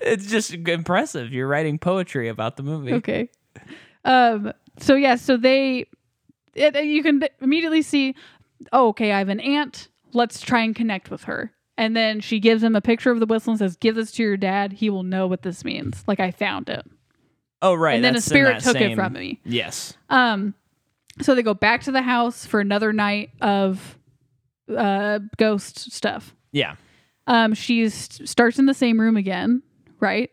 S1: it's just impressive. You're writing poetry about the movie.
S2: Okay. Um. So yeah. So they, it, you can immediately see. Oh, okay. I have an aunt. Let's try and connect with her. And then she gives him a picture of the whistle and says, "Give this to your dad. He will know what this means. Like I found it."
S1: Oh right.
S2: and then a
S1: that's in
S2: spirit
S1: that
S2: took it
S1: same-
S2: from me.
S1: Yes.
S2: Um. So they go back to the house for another night of uh ghost stuff.
S1: Yeah.
S2: Um. She starts in the same room again. Right.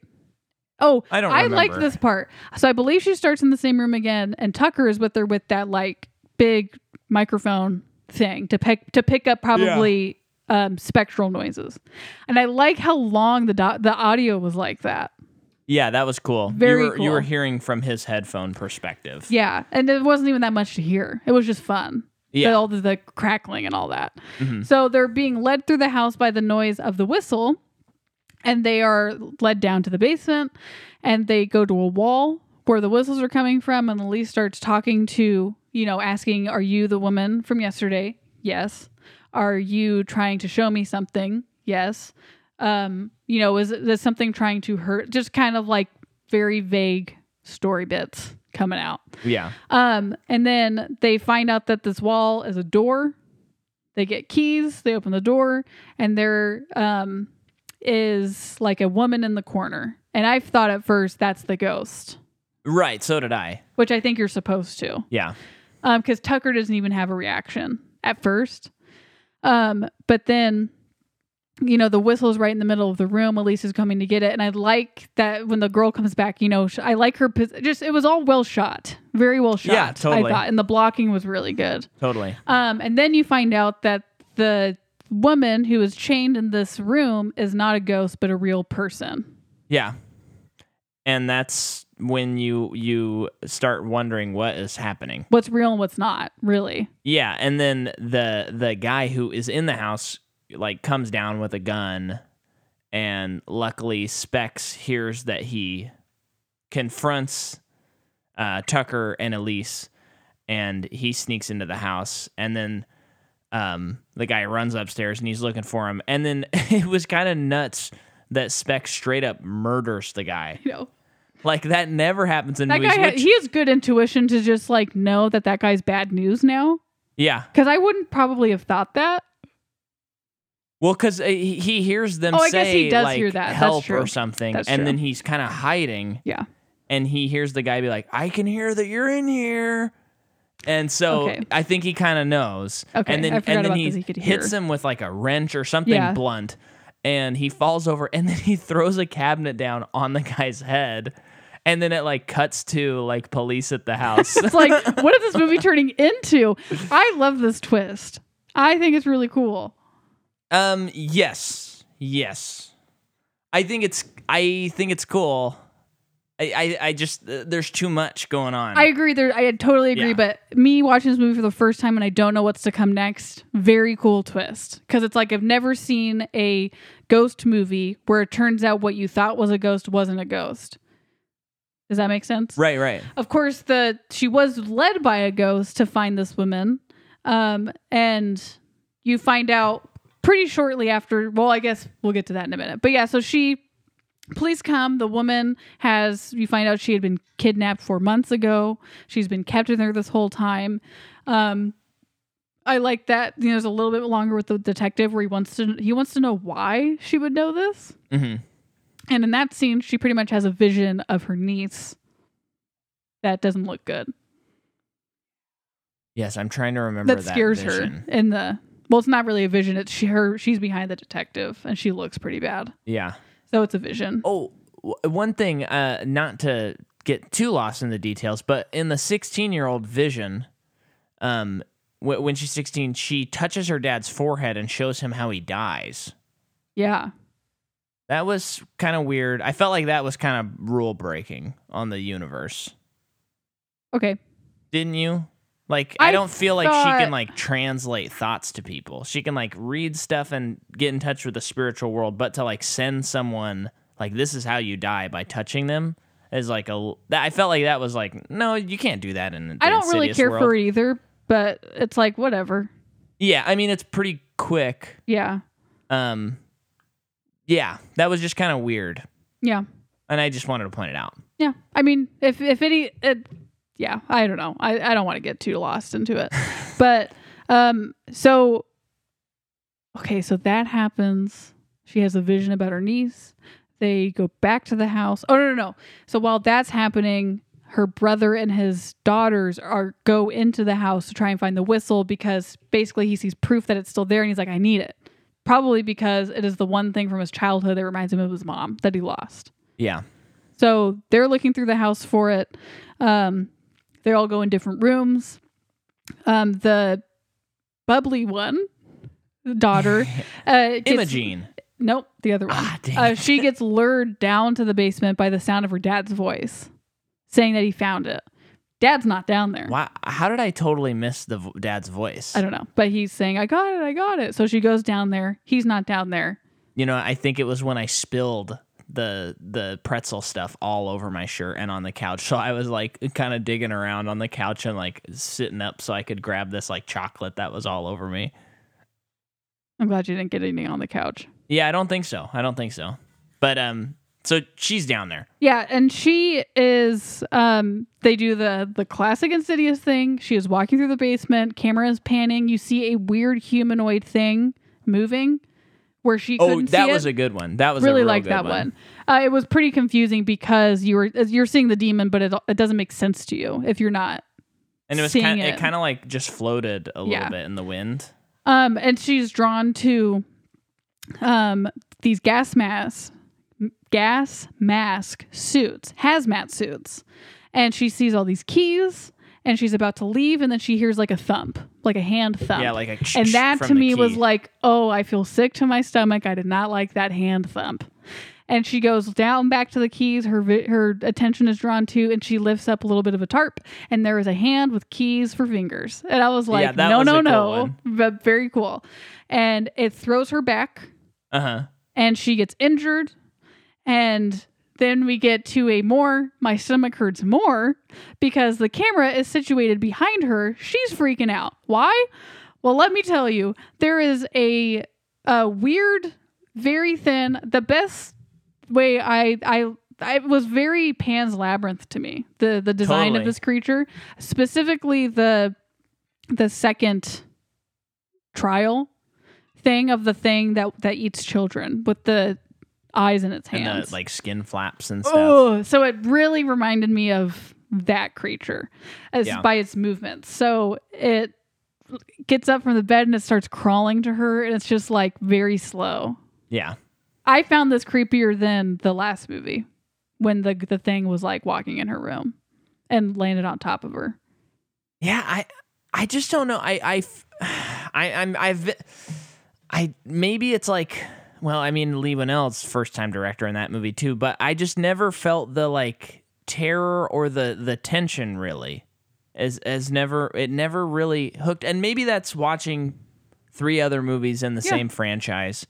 S2: Oh,
S1: I don't
S2: I liked
S1: remember.
S2: this part. So I believe she starts in the same room again, and Tucker is with her with that like big microphone thing to pick to pick up probably um, spectral noises. And I like how long the do- the audio was like that.
S1: Yeah, that was cool.
S2: Very
S1: you were, You were
S2: cool.
S1: hearing from his headphone perspective.
S2: Yeah, and it wasn't even that much to hear. It was just fun.
S1: Yeah.
S2: The- all the, the crackling and all that.
S1: Mhm.
S2: So they're being led through the house by the noise of the whistle, and they are led down to the basement, and they go to a wall where the whistles are coming from, and Elise starts talking to you know asking, "Are you the woman from yesterday?" Yes. Are you trying to show me something? Yes. Um, you know, is this something trying to hurt? Just kind of like very vague story bits coming out.
S1: Yeah.
S2: Um, and then they find out that this wall is a door. They get keys, they open the door, and there um, is like a woman in the corner. And I thought at first that's the ghost,
S1: Right. So did I.
S2: which I think you're supposed to,
S1: Yeah.
S2: because Um, Tucker doesn't even have a reaction at first. Um, but then, you know, the whistle's right in the middle of the room. Elise is coming to get it. And I like that when the girl comes back, you know, sh- I like her, pos- just it was all well shot, very well shot.
S1: Yeah,
S2: I
S1: totally.
S2: thought. And the blocking was really good.
S1: Totally.
S2: Um, and then you find out that the woman who is chained in this room is not a ghost, but a real person.
S1: Yeah. And that's when you you start wondering what is happening.
S2: What's real and what's not, really.
S1: Yeah, and then the the guy who is in the house like comes down with a gun, and luckily Specs hears that he confronts uh, Tucker and Elise, and he sneaks into the house, and then um, the guy runs upstairs and he's looking for him, and then it was kind of nuts that Specs straight up murders the guy.
S2: You know,
S1: Like that never happens in
S2: that
S1: movies.
S2: guy, ha-
S1: which-
S2: he has good intuition to just like know that that guy's bad news now.
S1: yeah.
S2: Because I wouldn't probably have thought that.
S1: Well, because he he hears them
S2: Oh, I
S1: say,
S2: guess he does
S1: like,
S2: hear that. That's
S1: help
S2: true.
S1: or something,
S2: That's
S1: and
S2: true.
S1: then he's kind of hiding,
S2: Yeah.
S1: and he hears the guy be like, "I can hear that you're in here," and so
S2: Okay.
S1: I think he kind of knows.
S2: Okay,
S1: and then
S2: I forgot
S1: and then
S2: about
S1: he,
S2: this, he could
S1: hits
S2: hear.
S1: him with like a wrench or something
S2: Yeah.
S1: blunt, and he falls over, and then he throws a cabinet down on the guy's head, and then it like cuts to like police at the house.
S2: It's like, what is this movie turning into? I love this twist. I think it's really cool.
S1: Um. Yes. Yes. I think it's. I think it's cool. I. I, I just. Uh, there's too much going on.
S2: I agree. There, I totally agree.
S1: Yeah.
S2: But me watching this movie for the first time and I don't know what's to come next. Very cool twist because it's like I've never seen a ghost movie where it turns out what you thought was a ghost wasn't a ghost. Does that make sense?
S1: right. Right.
S2: Of course, the she was led by a ghost to find this woman, um, and you find out pretty shortly after. Well, I guess we'll get to that in a minute. But yeah, so she Police come. The woman has, you find out she had been kidnapped four months ago. She's been kept in there this whole time. Um, I like that. You know, there's a little bit longer with the detective where he wants to, he wants to know why she would know this.
S1: Mhm.
S2: And in that scene, she pretty much has a vision of her niece that doesn't look good.
S1: Yes. I'm trying to remember.
S2: That scares her
S1: vision.
S2: in the, well, it's not really a vision. It's she, her, she's behind the detective and she looks pretty bad.
S1: Yeah.
S2: So it's a vision.
S1: Oh, w- one thing. Uh, not to get too lost in the details, but in the 16 year old vision, um, w- when she's 16, she touches her dad's forehead and shows him how he dies.
S2: Yeah.
S1: That was kind of weird. I felt like that was kind of rule breaking on the universe.
S2: Okay.
S1: didn't you? Like I,
S2: I
S1: don't feel like she
S2: thought-
S1: can like translate thoughts to people. She can like read stuff and get in touch with the spiritual world, but to like send someone like this is how you die by touching them is like a that I felt like that was like no, you can't do that in the
S2: I don't really
S1: insidious
S2: care
S1: world.
S2: for it either, but it's like whatever.
S1: Yeah, I mean it's pretty quick.
S2: Yeah.
S1: Um yeah, that was just kind of weird.
S2: Yeah.
S1: And I just wanted to point it out.
S2: Yeah. I mean, if if any it, yeah, I don't know. I, I don't want to get too lost into it. but um so okay, so that happens. She has a vision about her niece. They go back to the house. Oh no, no, no. So while that's happening, her brother and his daughters are go into the house to try and find the whistle because basically he sees proof that it's still there and he's like, I need it. Probably because it is the one thing from his childhood that reminds him of his mom that he lost.
S1: Yeah.
S2: So they're looking through the house for it. Um, they all go in different rooms. Um, the bubbly one, the daughter, uh, gets-
S1: Imogene.
S2: Nope, the other one.
S1: Ah, dang
S2: Uh,
S1: it.
S2: she gets lured down to the basement by the sound of her dad's voice, saying that he found it. Dad's not down there.
S1: Why how did I totally miss the vo- dad's voice?
S2: I don't know, but he's saying, "I got it, I got it." So she goes down there. He's not down there.
S1: You know, I think it was when I spilled the the pretzel stuff all over my shirt and on the couch. So I was like kind of digging around on the couch and like sitting up so I could grab this like chocolate that was all over me.
S2: I'm glad you didn't get anything on the couch.
S1: Yeah, I don't think so. I don't think so. But um so she's down there.
S2: Yeah, and she is um they do the the classic insidious thing. She is walking through the basement, camera is panning, you see a weird humanoid thing moving where she
S1: Oh,
S2: couldn't
S1: that
S2: see
S1: was
S2: it.
S1: a good one. That was a
S2: really
S1: real
S2: like
S1: good
S2: that one. Uh, it was pretty confusing because you were you're seeing the demon but it it doesn't make sense to you if you're not
S1: And it was
S2: Seeing
S1: kind of it,
S2: it.
S1: kind of like just floated a little
S2: Yeah.
S1: bit in the wind.
S2: Um, and she's drawn to um, these gas mask, gas mask suits, hazmat suits, and she sees all these keys, and she's about to leave, and then she hears like a thump, like a hand thump.
S1: Yeah, like a
S2: Um, and that
S1: from
S2: to
S1: the
S2: me was
S1: key.
S2: like, oh, I feel sick to my stomach. I did not like that hand thump. and she goes down back to the keys. Her vi- her attention is drawn to, and she lifts up a little bit of a tarp, and there is a hand with keys for fingers. And I was like,
S1: Yeah, that
S2: no,
S1: was
S2: no,
S1: a cool
S2: no,
S1: one.
S2: but very cool. And it throws her back,
S1: Uh huh.
S2: and she gets injured, and then we get to a more. My stomach hurts more because the camera is situated behind her. She's freaking out. Why? Well, let me tell you, there is a a weird, very thin. The best way I I. I was very Pan's Labyrinth to me. The the design
S1: Totally.
S2: of this creature, specifically the the second trial thing of the thing that that eats children with the eyes in its hands.
S1: And the like skin flaps and stuff.
S2: Oh, so it really reminded me of that creature as
S1: Yeah.
S2: by its movements. So it gets up from the bed and it starts crawling to her, and it's just like very slow.
S1: Yeah.
S2: I found this creepier than the last movie when the the thing was like walking in her room and landed on top of her.
S1: Yeah, I I just don't know. I I f- I I'm I've I maybe it's like well, I mean Lee Winnell's first time director in that movie too, but I just never felt the like terror or the the tension really. As as never it never really hooked and maybe that's watching three other movies in the
S2: Yeah.
S1: same franchise.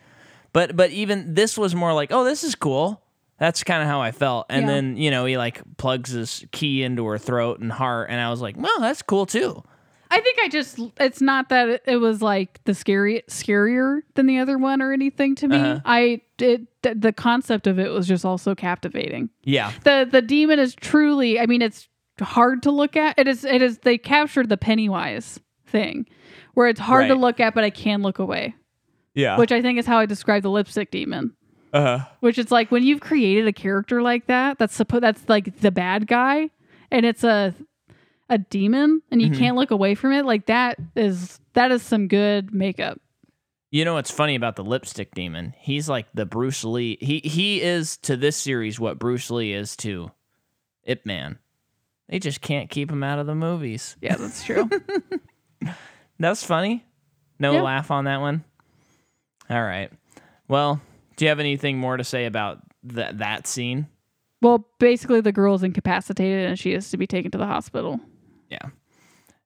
S1: But but even this was more like, "Oh, this is cool." That's kind of how I felt. And
S2: Yeah.
S1: then and you know he like plugs his key into her throat and heart and i was like well that's cool too
S2: I think I just it's not that it, it was like the scary scarier than the other one or anything to me.
S1: Uh-huh.
S2: I it th- the concept of it was just also captivating.
S1: yeah
S2: the the demon is truly i mean it's hard to look at it is it is they captured the pennywise thing where it's hard to
S1: Right. Ah.
S2: look at but i can look away
S1: yeah
S2: which i think is how i describe the lipstick demon
S1: uh-huh.
S2: which it's like when you've created a character like that that's supposed that's like the bad guy and it's a a demon and you
S1: Mhm.
S2: can't look away from it like that is that is some good makeup
S1: you know what's funny about the lipstick demon he's like the bruce lee he he is to this series what bruce lee is to ip man they just can't keep him out of the movies
S2: yeah that's true
S1: that's funny no
S2: Yeah.
S1: laugh on that one all right well do you have anything more to say about th- that scene
S2: well basically the girl's incapacitated and she is to be taken to the hospital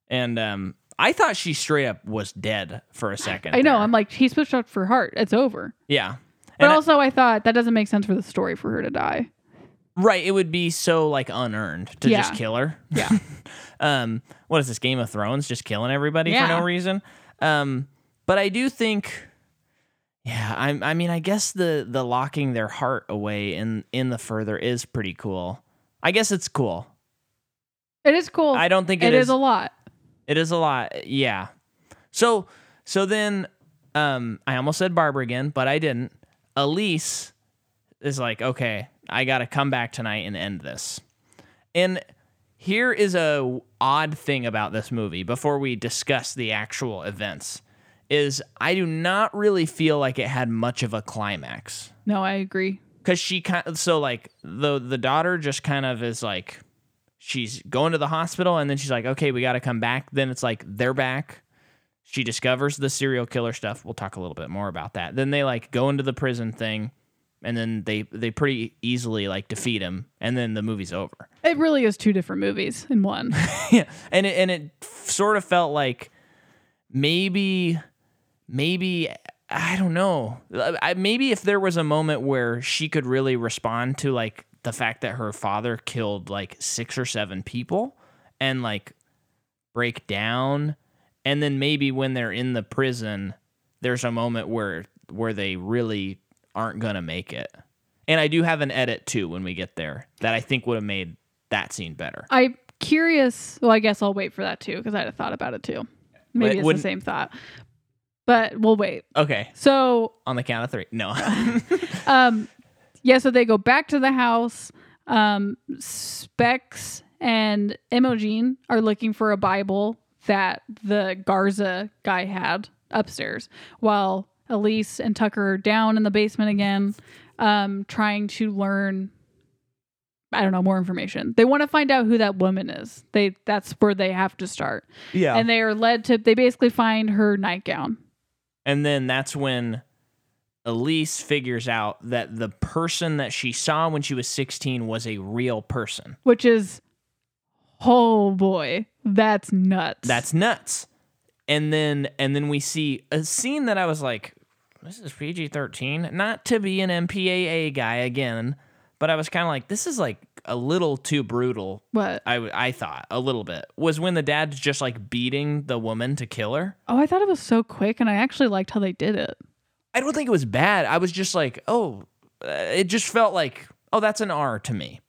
S1: and um i thought she straight up was dead for a second
S2: i know
S1: there.
S2: i'm like he's pushed up for heart it's over
S1: yeah
S2: But
S1: And I-
S2: also, I, thought that doesn't make sense for the story for her to die.
S1: Right, it would be so like unearned to just
S2: Yeah.
S1: kill her.
S2: Yeah.
S1: um, what is this Game of Thrones just killing everybody for
S2: Yeah.
S1: no reason? Um, but I do think yeah, I I mean I guess the the locking their heart away in in the further is pretty cool. I guess it's cool.
S2: It is cool.
S1: I don't think
S2: it is,
S1: is
S2: a lot.
S1: it is a lot. Yeah. So so then um I almost said Barbara again, but I didn't. Elise is like, "Okay, I got to come back tonight and end this." And here is a w- odd thing about this movie before we discuss the actual events is I do not really feel like it had much of a climax
S2: No, I agree.
S1: because she kind of so like the the daughter just kind of is like she's going to the hospital and then she's like okay we got to come back then it's like they're back she discovers the serial killer stuff we'll talk a little bit more about that then they like go into the prison thing and then they they pretty easily like defeat him and then the movie's over
S2: It really is two different movies in one.
S1: yeah, and it, and it sort of felt like maybe, maybe I don't know. I, maybe if there was a moment where she could really respond to like the fact that her father killed like six or seven people, and like break down, and then maybe when they're in the prison, there's a moment where where they really aren't gonna make it. And I do have an edit too when we get there that I think would have made that scene better.
S2: I'm curious. Well, I guess I'll wait for that too because I'd have thought about it too. Maybe
S1: It
S2: it's the
S1: wouldn't-
S2: same thought, but we'll wait.
S1: Okay,
S2: So,
S1: on the count of three. No.
S2: um, yeah. So they go back to the house. Um, Specs and Emogene are looking for a Bible that the Garza guy had upstairs, while Elise and Tucker are down in the basement again, um, trying to learn. I don't know more information. They want to find out who that woman is. They that's where they have to start,
S1: yeah.
S2: and they are led to. They basically find her nightgown.
S1: And then that's when Elise figures out that the person that she saw when she was 16 was a real person.
S2: which is, oh boy, that's nuts.
S1: That's nuts. And then and then we see a scene that I was like, this is PG thirteen. Not to be an MPAA guy again, but I was kind of like, this is like a little too brutal.
S2: what.
S1: I w- I thought a little bit was when the dad's just like beating the woman to kill her.
S2: Oh, I thought it was so quick, and I actually liked how they did it.
S1: I don't think it was bad. I was just like, oh, uh, it just felt like, oh, that's an R to me.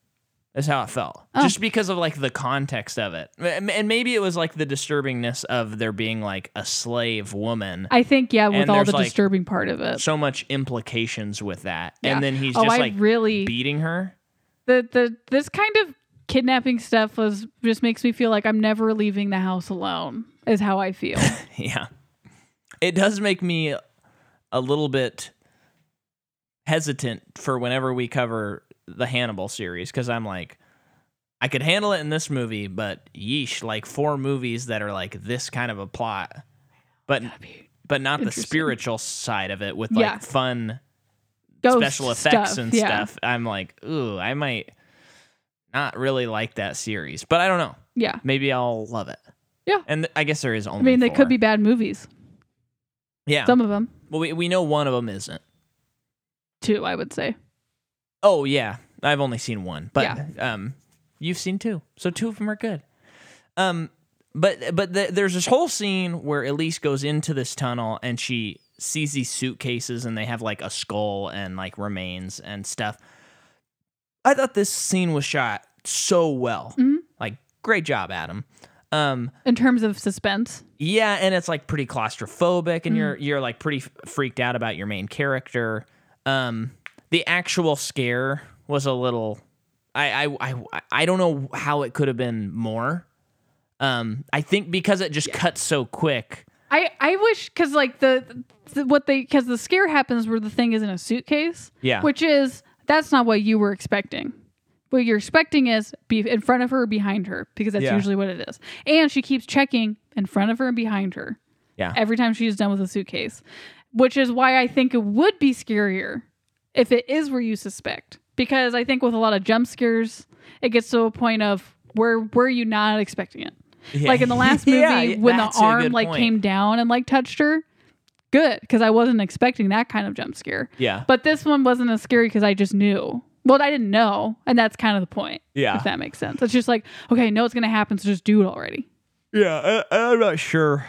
S1: That's how it felt,
S2: Oh.
S1: just because of like the context of it, M- and maybe it was like the disturbingness of there being like a slave woman.
S2: I think, yeah, with
S1: And
S2: all
S1: there's,
S2: the
S1: like,
S2: disturbing part of it.
S1: so much implications with that,
S2: Yeah.
S1: and then he's
S2: Oh,
S1: just
S2: I
S1: like
S2: really-
S1: beating her.
S2: the the this kind of kidnapping stuff was just makes me feel like I'm never leaving the house alone. Is how I feel.
S1: Yeah, it does make me a little bit hesitant for whenever we cover the Hannibal series because I'm like, I could handle it in this movie, but yeesh, like four movies that are like this kind of a plot, but but not the
S2: Interesting.
S1: spiritual side of it with like
S2: Yeah.
S1: fun
S2: Ghost
S1: special effects
S2: stuff,
S1: and
S2: yeah.
S1: stuff. I'm like, ooh, I might not really like that series, but I don't know.
S2: Yeah,
S1: Maybe I'll love it.
S2: Yeah.
S1: and th- I guess there is only.
S2: I mean they
S1: four.
S2: could be bad movies.
S1: Yeah,
S2: Some of them
S1: well, we we know one of them isn't.
S2: too, I would say.
S1: Oh yeah, I've only seen one, but
S2: Yeah.
S1: um, you've seen two, so two of them are good. Um, but but th there's this whole scene where Elise goes into this tunnel and she sees these suitcases and they have like a skull and like remains and stuff. I thought this scene was shot so well, like great job, Adam. Um,
S2: In terms of suspense,
S1: yeah, and it's like pretty claustrophobic, and
S2: Mm.
S1: you're you're like pretty f- freaked out about your main character. Um, the actual scare was a little. I I I, I don't know how it could have been more. Um, I think because it just cuts so quick.
S2: I I wish because like the, the what they because the scare happens where the thing is in a suitcase.
S1: Yeah.
S2: which is that's not what you were expecting. What you're expecting is be in front of her or behind her because that's
S1: Yeah.
S2: usually what it is. And she keeps checking in front of her and behind her.
S1: Yeah.
S2: every time she's done with a suitcase, which is why I think it would be scarier if it is where you suspect. Because I think with a lot of jump scares, it gets to a point of where were you not expecting it?
S1: Yeah.
S2: Like in the last movie,
S1: Yeah,
S2: when the
S1: that's a
S2: arm
S1: good
S2: like
S1: point.
S2: came down and like touched her, good because I wasn't expecting that kind of jump scare.
S1: Yeah.
S2: But this one wasn't as scary because I just knew. Well, I didn't know, and that's kind of the point.
S1: Yeah.
S2: if that makes sense. It's just like okay, I know it's gonna happen, so just do it already.
S1: Yeah, I, I'm not sure.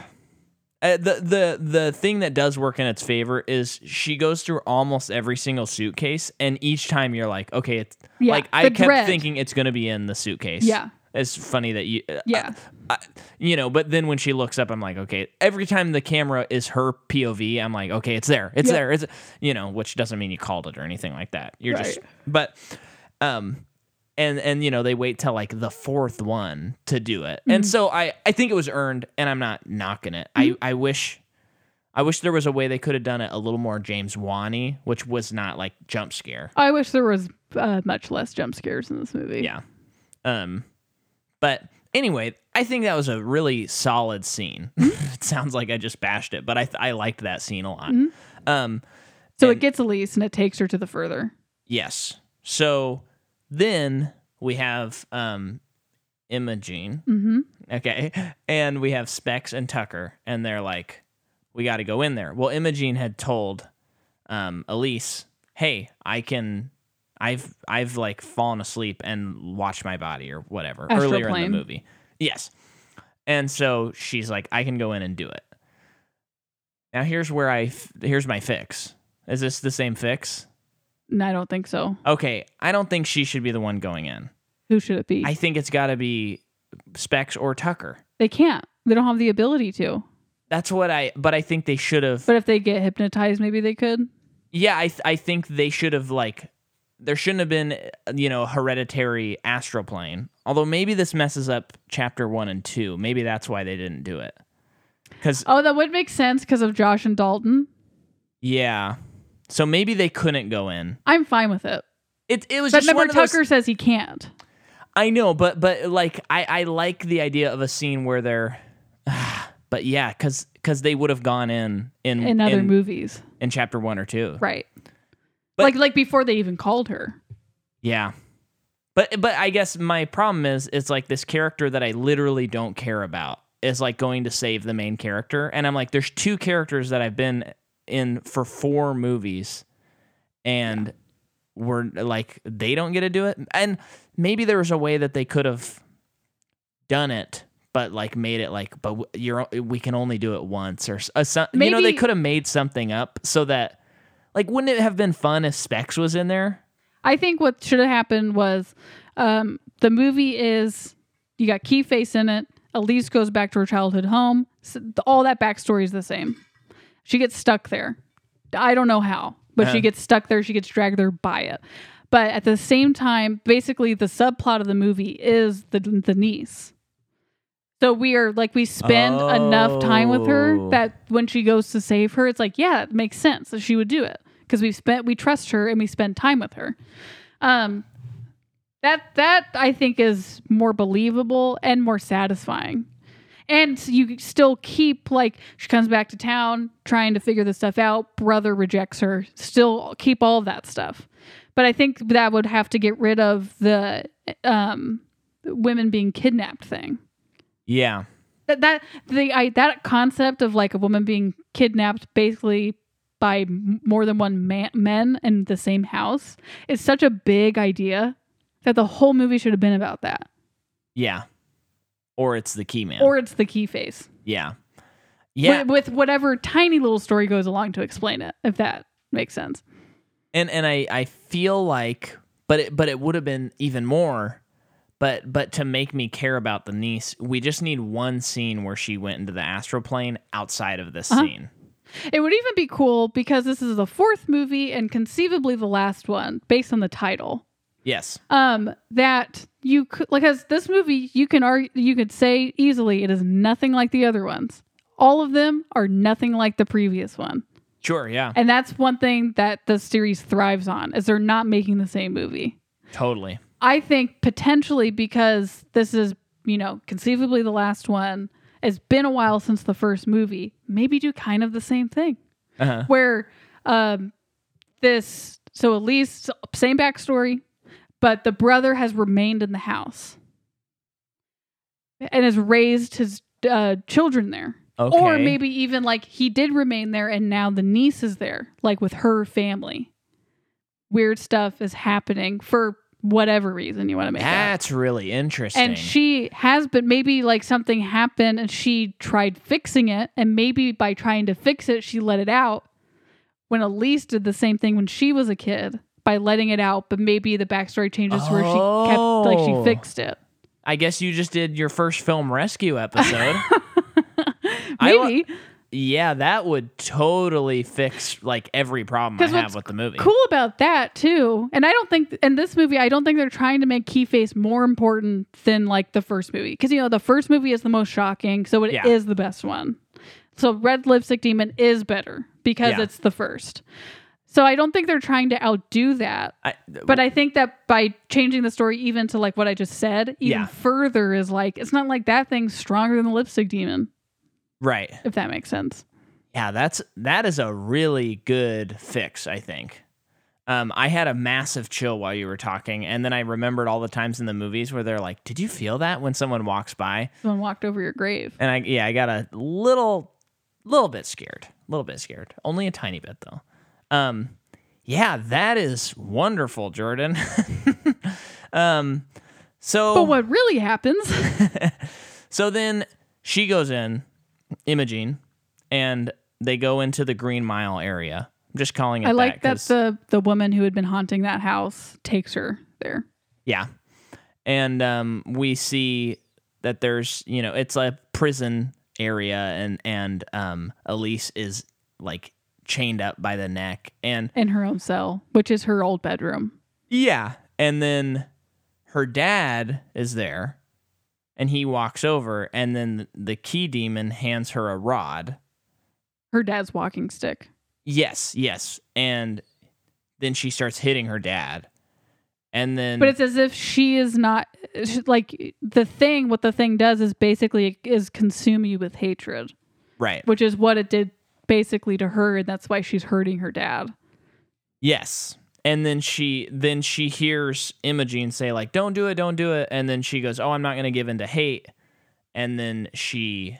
S1: Uh, the the the thing that does work in its favor is she goes through almost every single suitcase, and each time you're like, okay, it's
S2: Yeah,
S1: like I
S2: the
S1: kept
S2: dread.
S1: thinking it's gonna be in the suitcase.
S2: Yeah.
S1: it's funny that you. uh,
S2: Yeah.
S1: I, you know, but then when she looks up, I'm like, okay. Every time the camera is her POV, I'm like, okay, it's there, it's
S2: Yeah.
S1: there, it's you know, which doesn't mean you called it or anything like that. You're just,
S2: Right.
S1: but, um, and and you know they wait till like the fourth one to do it,
S2: Mm.
S1: and so I I think it was earned, and I'm not knocking it. I I wish. I wish there was a way they could have done it a little more James Wani, which was not like jump scare.
S2: I wish there was uh, much less jump scares in this movie.
S1: Yeah. Um but anyway, I think that was a really solid scene. it sounds like I just bashed it, but I I liked that scene a lot. Um
S2: So
S1: And-
S2: it gets Elise and it takes her to the further.
S1: yes. So then we have um Imogene.
S2: Mm-hmm.
S1: Okay. And we have Specs and Tucker, and they're like, we got to go in there. Well, Imogene had told um, Elise, hey, I can. I've I've like fallen asleep and watched my body or whatever
S2: Astral
S1: earlier in
S2: plane.
S1: the movie. Yes. And so she's like I can go in and do it. Now here's where I f- here's my fix. Is this the same fix?
S2: No, I don't think so.
S1: Okay, I don't think she should be the one going in.
S2: Who should it be?
S1: I think it's got to be Specs or Tucker.
S2: they can't. They don't have the ability to.
S1: That's what I. But I think they should have.
S2: But if they get hypnotized, maybe they could.
S1: Yeah, I. Th- I think they should have like. There shouldn't have been, uh, you know, hereditary astral plane. Although maybe this messes up chapter one and two. Maybe that's why they didn't do it. Because
S2: Oh, that would make sense because of Josh and Dalton.
S1: yeah, so maybe they couldn't go in.
S2: I'm fine with it.
S1: It it was
S2: But
S1: just one
S2: remember,
S1: of those-
S2: Tucker says he can't.
S1: I know, but but like I I like the idea of a scene where they're, But yeah, because they would have gone in in
S2: in other
S1: in,
S2: movies.
S1: in chapter one or two.
S2: Right.
S1: But-
S2: like like before they even called her.
S1: Yeah. But but I guess my problem is it's like this character that I literally don't care about is like going to save the main character and I'm like there's two characters that I've been in for four movies and we're like they don't get to do it and maybe there was a way that they could have done it but like made it like but w- you're we can only do it once or s- uh, so, you know they
S2: Maybe-
S1: could have made something up so that like wouldn't it have been fun if Specs was in there
S2: I think what should have happened was um, the movie is you got Keyface in it. Elise goes back to her childhood home. S all that backstory is the same. She gets stuck there. I don't know how, but
S1: Uh-huh.
S2: she gets stuck there. She gets dragged there by it. But at the same time, basically the subplot of the movie is the the niece. So we are like we spend enough time with her
S1: Oh.
S2: that when she goes to save her, it's like yeah, it makes sense that she would do it because we've spent we trust her and we spend time with her. Um, that that I think is more believable and more satisfying. And you still keep like she comes back to town trying to figure this stuff out. Brother rejects her. Still keep all of that stuff. But I think that would have to get rid of the um, women being kidnapped thing.
S1: yeah
S2: That that the I, that concept of like a woman being kidnapped basically by m- more than one man, men in the same house is such a big idea that the whole movie should have been about that.
S1: Yeah. Or it's the key man.
S2: Or it's the key face.
S1: yeah. Yeah.
S2: With, with whatever tiny little story goes along to explain it, if that makes sense.
S1: and and I I feel like but it, but it would have been even more but but to make me care about the niece, we just need one scene where she went into the astral plane outside of
S2: Uh-huh.
S1: this scene.
S2: It would even be cool because this is the fourth movie and conceivably the last one based on the title.
S1: Yes.
S2: um that you could because this movie you can argue you could say easily it is nothing like the other ones all of them are nothing like the previous one
S1: Sure, yeah.
S2: and that's one thing that the series thrives on is they're not making the same movie
S1: Totally.
S2: i think potentially because this is you know conceivably the last one it's been a while since the first movie maybe do kind of the same thing
S1: Uh-huh.
S2: where um this so Elise same backstory, but the brother has remained in the house and has raised his uh, children there.
S1: Okay.
S2: Or maybe even like he did remain there and now the niece is there, like with her family. Weird stuff is happening for whatever reason you want to make up.
S1: that's really interesting.
S2: And she has been maybe like something happened and she tried fixing it and maybe by trying to fix it she let it out. When Elise did the same thing when she was a kid by letting it out, but maybe the backstory changes where she kept like
S1: Oh.
S2: she fixed it.
S1: I guess you just did your first film rescue episode. I wa-
S2: Maybe
S1: yeah, that would totally fix like every problem I
S2: 'Cause
S1: have
S2: what's
S1: with the movie.
S2: cool about that too. And I don't think in this movie I don't think they're trying to make Keyface more important than like the first movie because you know the first movie is the most shocking, so it is
S1: Yeah.
S2: the best one. So Red Lipstick Demon is better because
S1: Yeah.
S2: it's the first. So I don't think they're trying to outdo that.
S1: I,
S2: But I think that by changing the story even to like what I just said, even
S1: Yeah.
S2: further is like it's not like that thing's stronger than the lipstick demon,
S1: right.
S2: if that makes sense.
S1: Yeah, that's that is a really good fix, I think. Um, I had a massive chill while you were talking, and then I remembered all the times in the movies where they're like, "Did you feel that when someone walks by?"
S2: Someone walked over your grave.
S1: And I, yeah, I got a little, little bit scared, a little bit scared, only a tiny bit though. Um, yeah, that is wonderful, Jordan. um, so
S2: But what really happens?
S1: so then she goes in, Imogene, and they go into the Green Mile area. I'm just calling it
S2: I like
S1: that
S2: that
S1: 'cause-
S2: the the woman who had been haunting that house takes her there.
S1: yeah. And um, we see that there's you know it's a prison area and and um, Elise is like chained up by the neck and
S2: in her own cell, which is her old bedroom.
S1: Yeah. And then her dad is there and he walks over and then the key demon hands her a rod.
S2: Her dad's walking stick.
S1: Yes, yes. And then she starts hitting her dad. And then
S2: But it's as if she is not she- like the thing. What the thing does is basically is consume you with hatred.
S1: Right.
S2: which is what it did basically to her and that's why she's hurting her dad
S1: Yes. And then she then she hears Imogene say like, "Don't do it, don't do it," and then she goes, "Oh, I'm not going to give in to hate," and then she.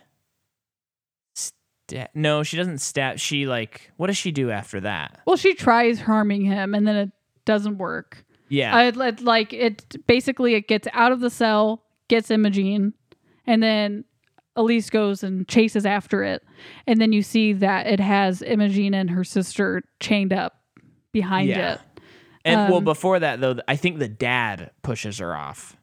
S1: Sta- no, she doesn't stab. She like, what does she do after that?
S2: well she tries harming him and then it doesn't work
S1: Yeah,
S2: I it, like it basically it gets out of the cell gets imogene and then elise goes and chases after it and then you see that it has imogene and her sister chained up behind
S1: Yeah.
S2: it
S1: and well,
S2: um,
S1: before that though, I think the dad pushes her off,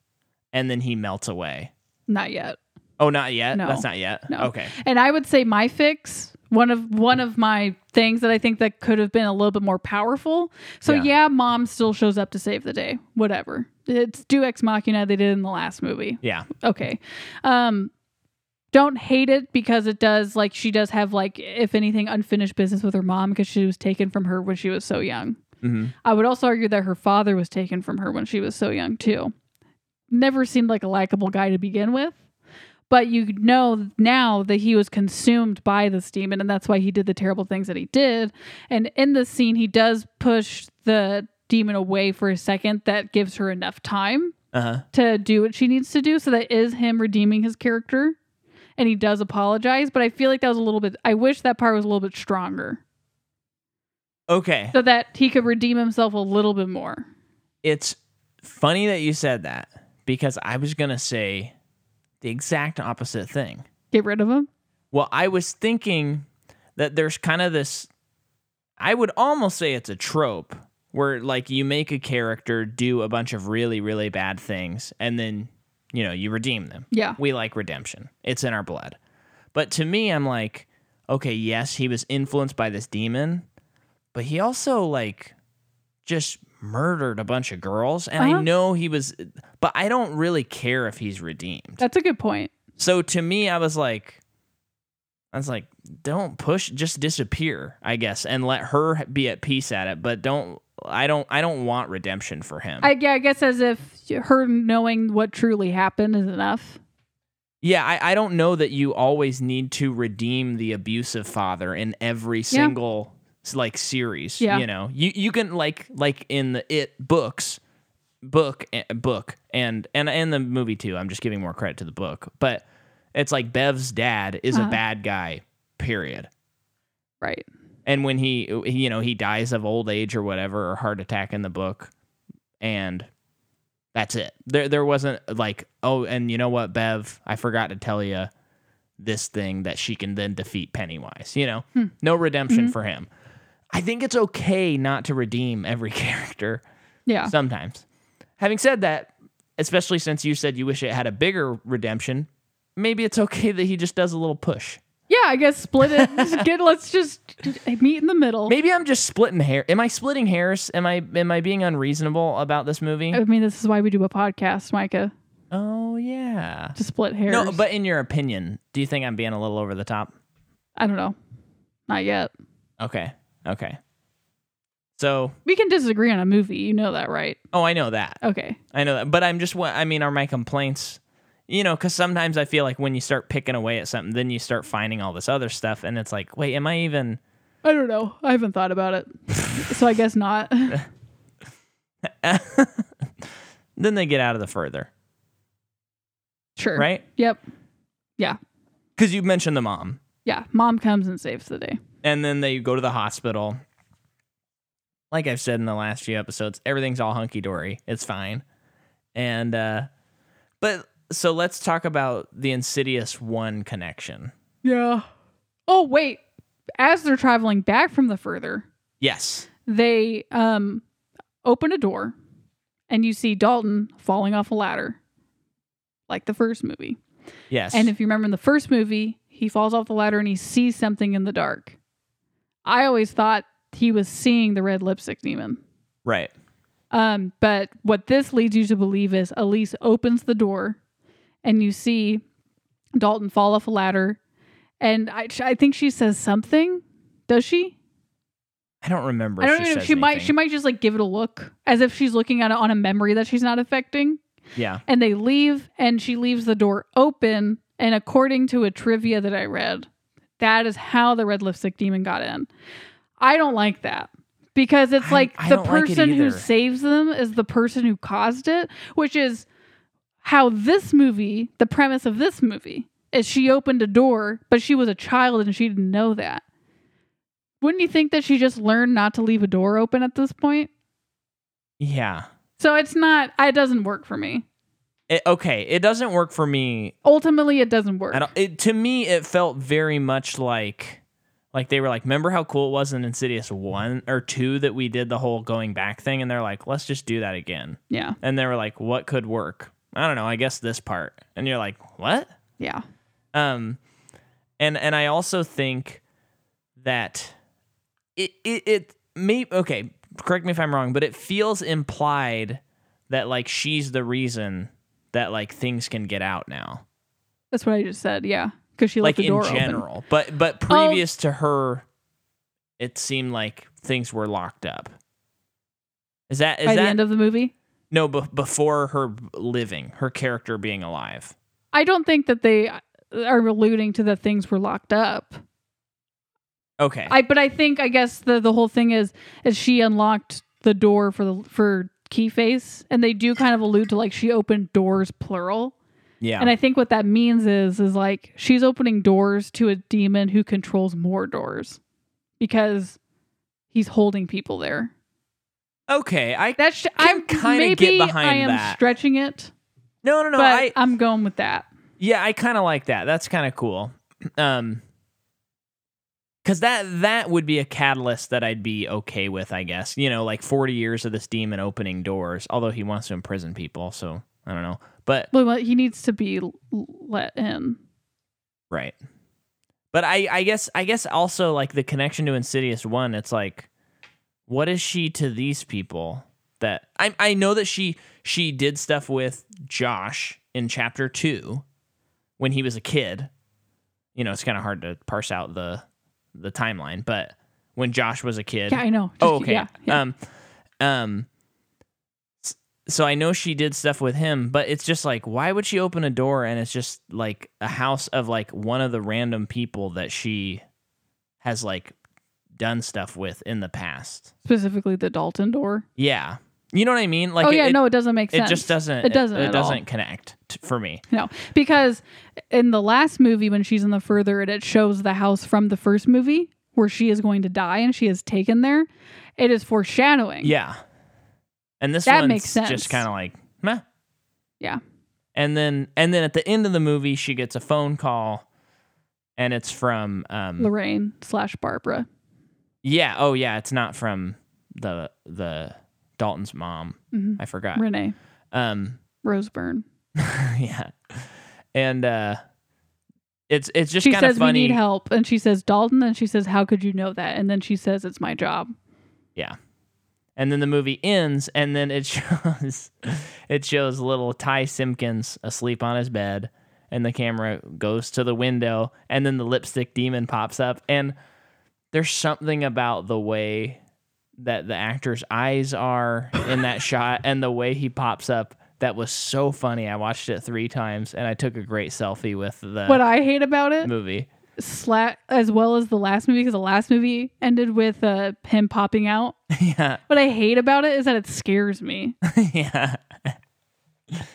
S1: and then he melts away.
S2: not yet
S1: Oh, not yet.
S2: No.
S1: That's not yet.
S2: No.
S1: Okay.
S2: And I would say my fix, one of one of my things that I think that could have been a little bit more powerful. So
S1: Yeah.
S2: yeah, mom still shows up to save the day. Whatever. It's do ex machina they did in the last movie.
S1: Yeah.
S2: Okay. Um don't hate it because it does like she does have like if anything unfinished business with her mom because she was taken from her when she was so young.
S1: hmm
S2: I would also argue that her father was taken from her when she was so young, too. Never seemed like a likable guy to begin with. But you know now that he was consumed by this demon, and that's why he did the terrible things that he did. And in this scene, he does push the demon away for a second. That gives her enough time
S1: Uh huh.
S2: to do what she needs to do. So that is him redeeming his character. And he does apologize. But I feel like that was a little bit, I wish that part was a little bit stronger
S1: Okay.
S2: so that he could redeem himself a little bit more.
S1: it's funny that you said that because I was going to say the exact opposite thing.
S2: Get rid of him.
S1: Well, I was thinking that there's kind of this, I would almost say it's a trope where like you make a character do a bunch of really, really bad things and then, you know, you redeem them.
S2: Yeah.
S1: We like redemption, it's in our blood. But to me, I'm like, okay, yes, he was influenced by this demon, but he also like just murdered a bunch of girls. And
S2: Uh-huh.
S1: I know he was, but I don't really care if he's redeemed.
S2: That's a good point.
S1: So to me, I was like, I was like, don't push, just disappear, I guess, and let her be at peace at it. But don't, I don't, I don't want redemption for him.
S2: I, yeah, I guess as if her knowing what truly happened is enough.
S1: yeah, I, I don't know that you always need to redeem the abusive father in every single s- like series.
S2: Yeah.
S1: You know, you you can like like in the it books, book eh, book and and and the movie too. I'm just giving more credit to the book, but it's like Bev's dad is
S2: Uh-huh.
S1: a bad guy. Period.
S2: Right.
S1: and when he you know he dies of old age or whatever or heart attack in the book and that's it there there wasn't like oh and you know what bev i forgot to tell you this thing that she can then defeat pennywise you know
S2: Hmm.
S1: no redemption for him i think it's okay not to redeem every character
S2: Yeah.
S1: sometimes having said that especially since you said you wish it had a bigger redemption maybe it's okay that he just does a little push
S2: Yeah, I guess split it. Just Get, let's just meet in the middle.
S1: Maybe I'm just splitting hair. Am I splitting hairs? Am I am I being unreasonable about this movie?
S2: I mean, this is why we do a podcast, Micah,
S1: Oh yeah.
S2: to split hairs.
S1: No, but in your opinion, do you think I'm being a little over the top?
S2: I don't know. Not yet.
S1: Okay. Okay. So,
S2: We can disagree on a movie. You know that, right?
S1: oh, I know that.
S2: Okay.
S1: I know that. But I'm just what I mean are my complaints you know, because sometimes I feel like when you start picking away at something, then you start finding all this other stuff, and it's like, wait, am I even?
S2: I don't know. I haven't thought about it. so I guess not.
S1: Then they get out of the further,
S2: sure.
S1: right?
S2: Yep.
S1: Because you mentioned the mom,
S2: Yeah. Mom comes and saves the day.
S1: and then they go to the hospital. Like I've said in the last few episodes, everything's all hunky dory. It's fine. And uh but so let's talk about the Insidious One connection.
S2: Yeah. Oh, wait. As they're traveling back from the further,
S1: Yes.
S2: they um open a door and you see Dalton falling off a ladder like the first movie.
S1: Yes.
S2: And if you remember in the first movie, he falls off the ladder and he sees something in the dark. I always thought he was seeing the red lipstick demon.
S1: right.
S2: Um, but what this leads you to believe is Elise opens the door and you see Dalton fall off a ladder. And I, I think she says something. Does she?
S1: I don't remember.
S2: I don't
S1: if she
S2: know.
S1: Says
S2: She might.
S1: anything.
S2: She might just like give it a look, as if she's looking at it on a memory that she's not affecting.
S1: Yeah.
S2: And they leave, and she leaves the door open. And according to a trivia that I read, That is how the red lipstick demon got in. I don't like that because it's
S1: I-
S2: like
S1: I
S2: the
S1: don't like it
S2: person who
S1: either.
S2: saves them is the person who caused it, which is how this movie, the premise of this movie, is she opened a door, but she was a child and she didn't know that. Wouldn't you think that she just learned not to leave a door open at this point?
S1: Yeah.
S2: So it's not, it doesn't work for me.
S1: It, okay, it doesn't work for me
S2: Ultimately, it doesn't work.
S1: at all. It, to me, it felt very much like like they were like, remember how cool it was in Insidious one or two that we did the whole going back thing, and they're like, let's just do that again.
S2: Yeah.
S1: And they were like, what could work? I don't know. I guess this part. And you're like, what?
S2: Yeah.
S1: Um, and and I also think that it it, it may okay. Correct me if I'm wrong, but it feels implied that like she's the reason that like things can get out now,
S2: That's what I just said. Yeah. Because she
S1: like
S2: left the
S1: in
S2: door Um,
S1: general. But but previous to her, it seemed like things were locked up. Is that
S2: open
S1: is
S2: by the
S1: that
S2: end of the movie.
S1: no be- before her living her character being alive?
S2: I don't think that they are alluding to that things were locked up.
S1: Okay,
S2: I but I think I guess the the whole thing is is she unlocked the door for the for Keyface and they do kind of allude to like she opened doors plural.
S1: yeah,
S2: And I think what that means is is like she's opening doors to a demon who controls more doors because he's holding people there.
S1: okay, I
S2: That's sh-
S1: Can
S2: I'm
S1: kinda
S2: maybe
S1: get behind
S2: I am
S1: that.
S2: stretching it,
S1: no no no
S2: but uh,
S1: I
S2: I'm going with that.
S1: Yeah, I kind of like that. That's kind of cool. Um cuz that that would be a catalyst that I'd be okay with, I guess. You know, like 40 years of this demon opening doors, although he wants to imprison people, so I don't know. But
S2: Well, well, he needs to be l- let in.
S1: right. But I I guess I guess also like the connection to Insidious 1, it's like what is she to these people that I I know that she she did stuff with Josh in chapter 2 when he was a kid. You know, it's kind of hard to parse out the the timeline, but when Josh was a kid.
S2: Yeah, I know. Just-
S1: oh, okay.
S2: Yeah, yeah.
S1: Um um s- so I know she did stuff with him, but it's just like why would she open a door and it's just like a house of like one of the random people that she has like done stuff with in the past.
S2: Specifically, the Dalton door.
S1: Yeah. You know what I mean? Like
S2: oh
S1: it,
S2: yeah,
S1: it-
S2: no, it doesn't make
S1: it
S2: sense.
S1: just doesn't
S2: It doesn't
S1: it,
S2: at all.
S1: doesn't connect t- for me.
S2: No, because in the last movie, when she's in the further, it, it shows the house from the first movie where she is going to die and she is taken there. It is foreshadowing.
S1: Yeah. And this
S2: That
S1: one's
S2: makes sense.
S1: just kind of like meh.
S2: Yeah.
S1: And then and then at the end of the movie she gets a phone call and it's from um
S2: Lorraine slash Barbara.
S1: yeah, oh yeah, it's not from the the Dalton's mom.
S2: Mhm.
S1: I forgot.
S2: Renee
S1: Um
S2: Roseburn.
S1: yeah. And uh it's it's just
S2: She
S1: kind of
S2: says
S1: funny.
S2: we need help, and she says Dalton, and she says how could you know that, and then she says it's my job.
S1: and then the movie ends and then it shows it shows little ty simpkins asleep on his bed and the camera goes to the window and then the lipstick demon pops up and there's something about the way that the actor's eyes are in that shot and the way he pops up that was so funny i watched it three times and i took a great selfie with the
S2: What I hate about it
S1: movie
S2: sla- as well as the last movie because the last movie ended with uh, him popping out.
S1: yeah
S2: What I hate about it is that it scares me.
S1: yeah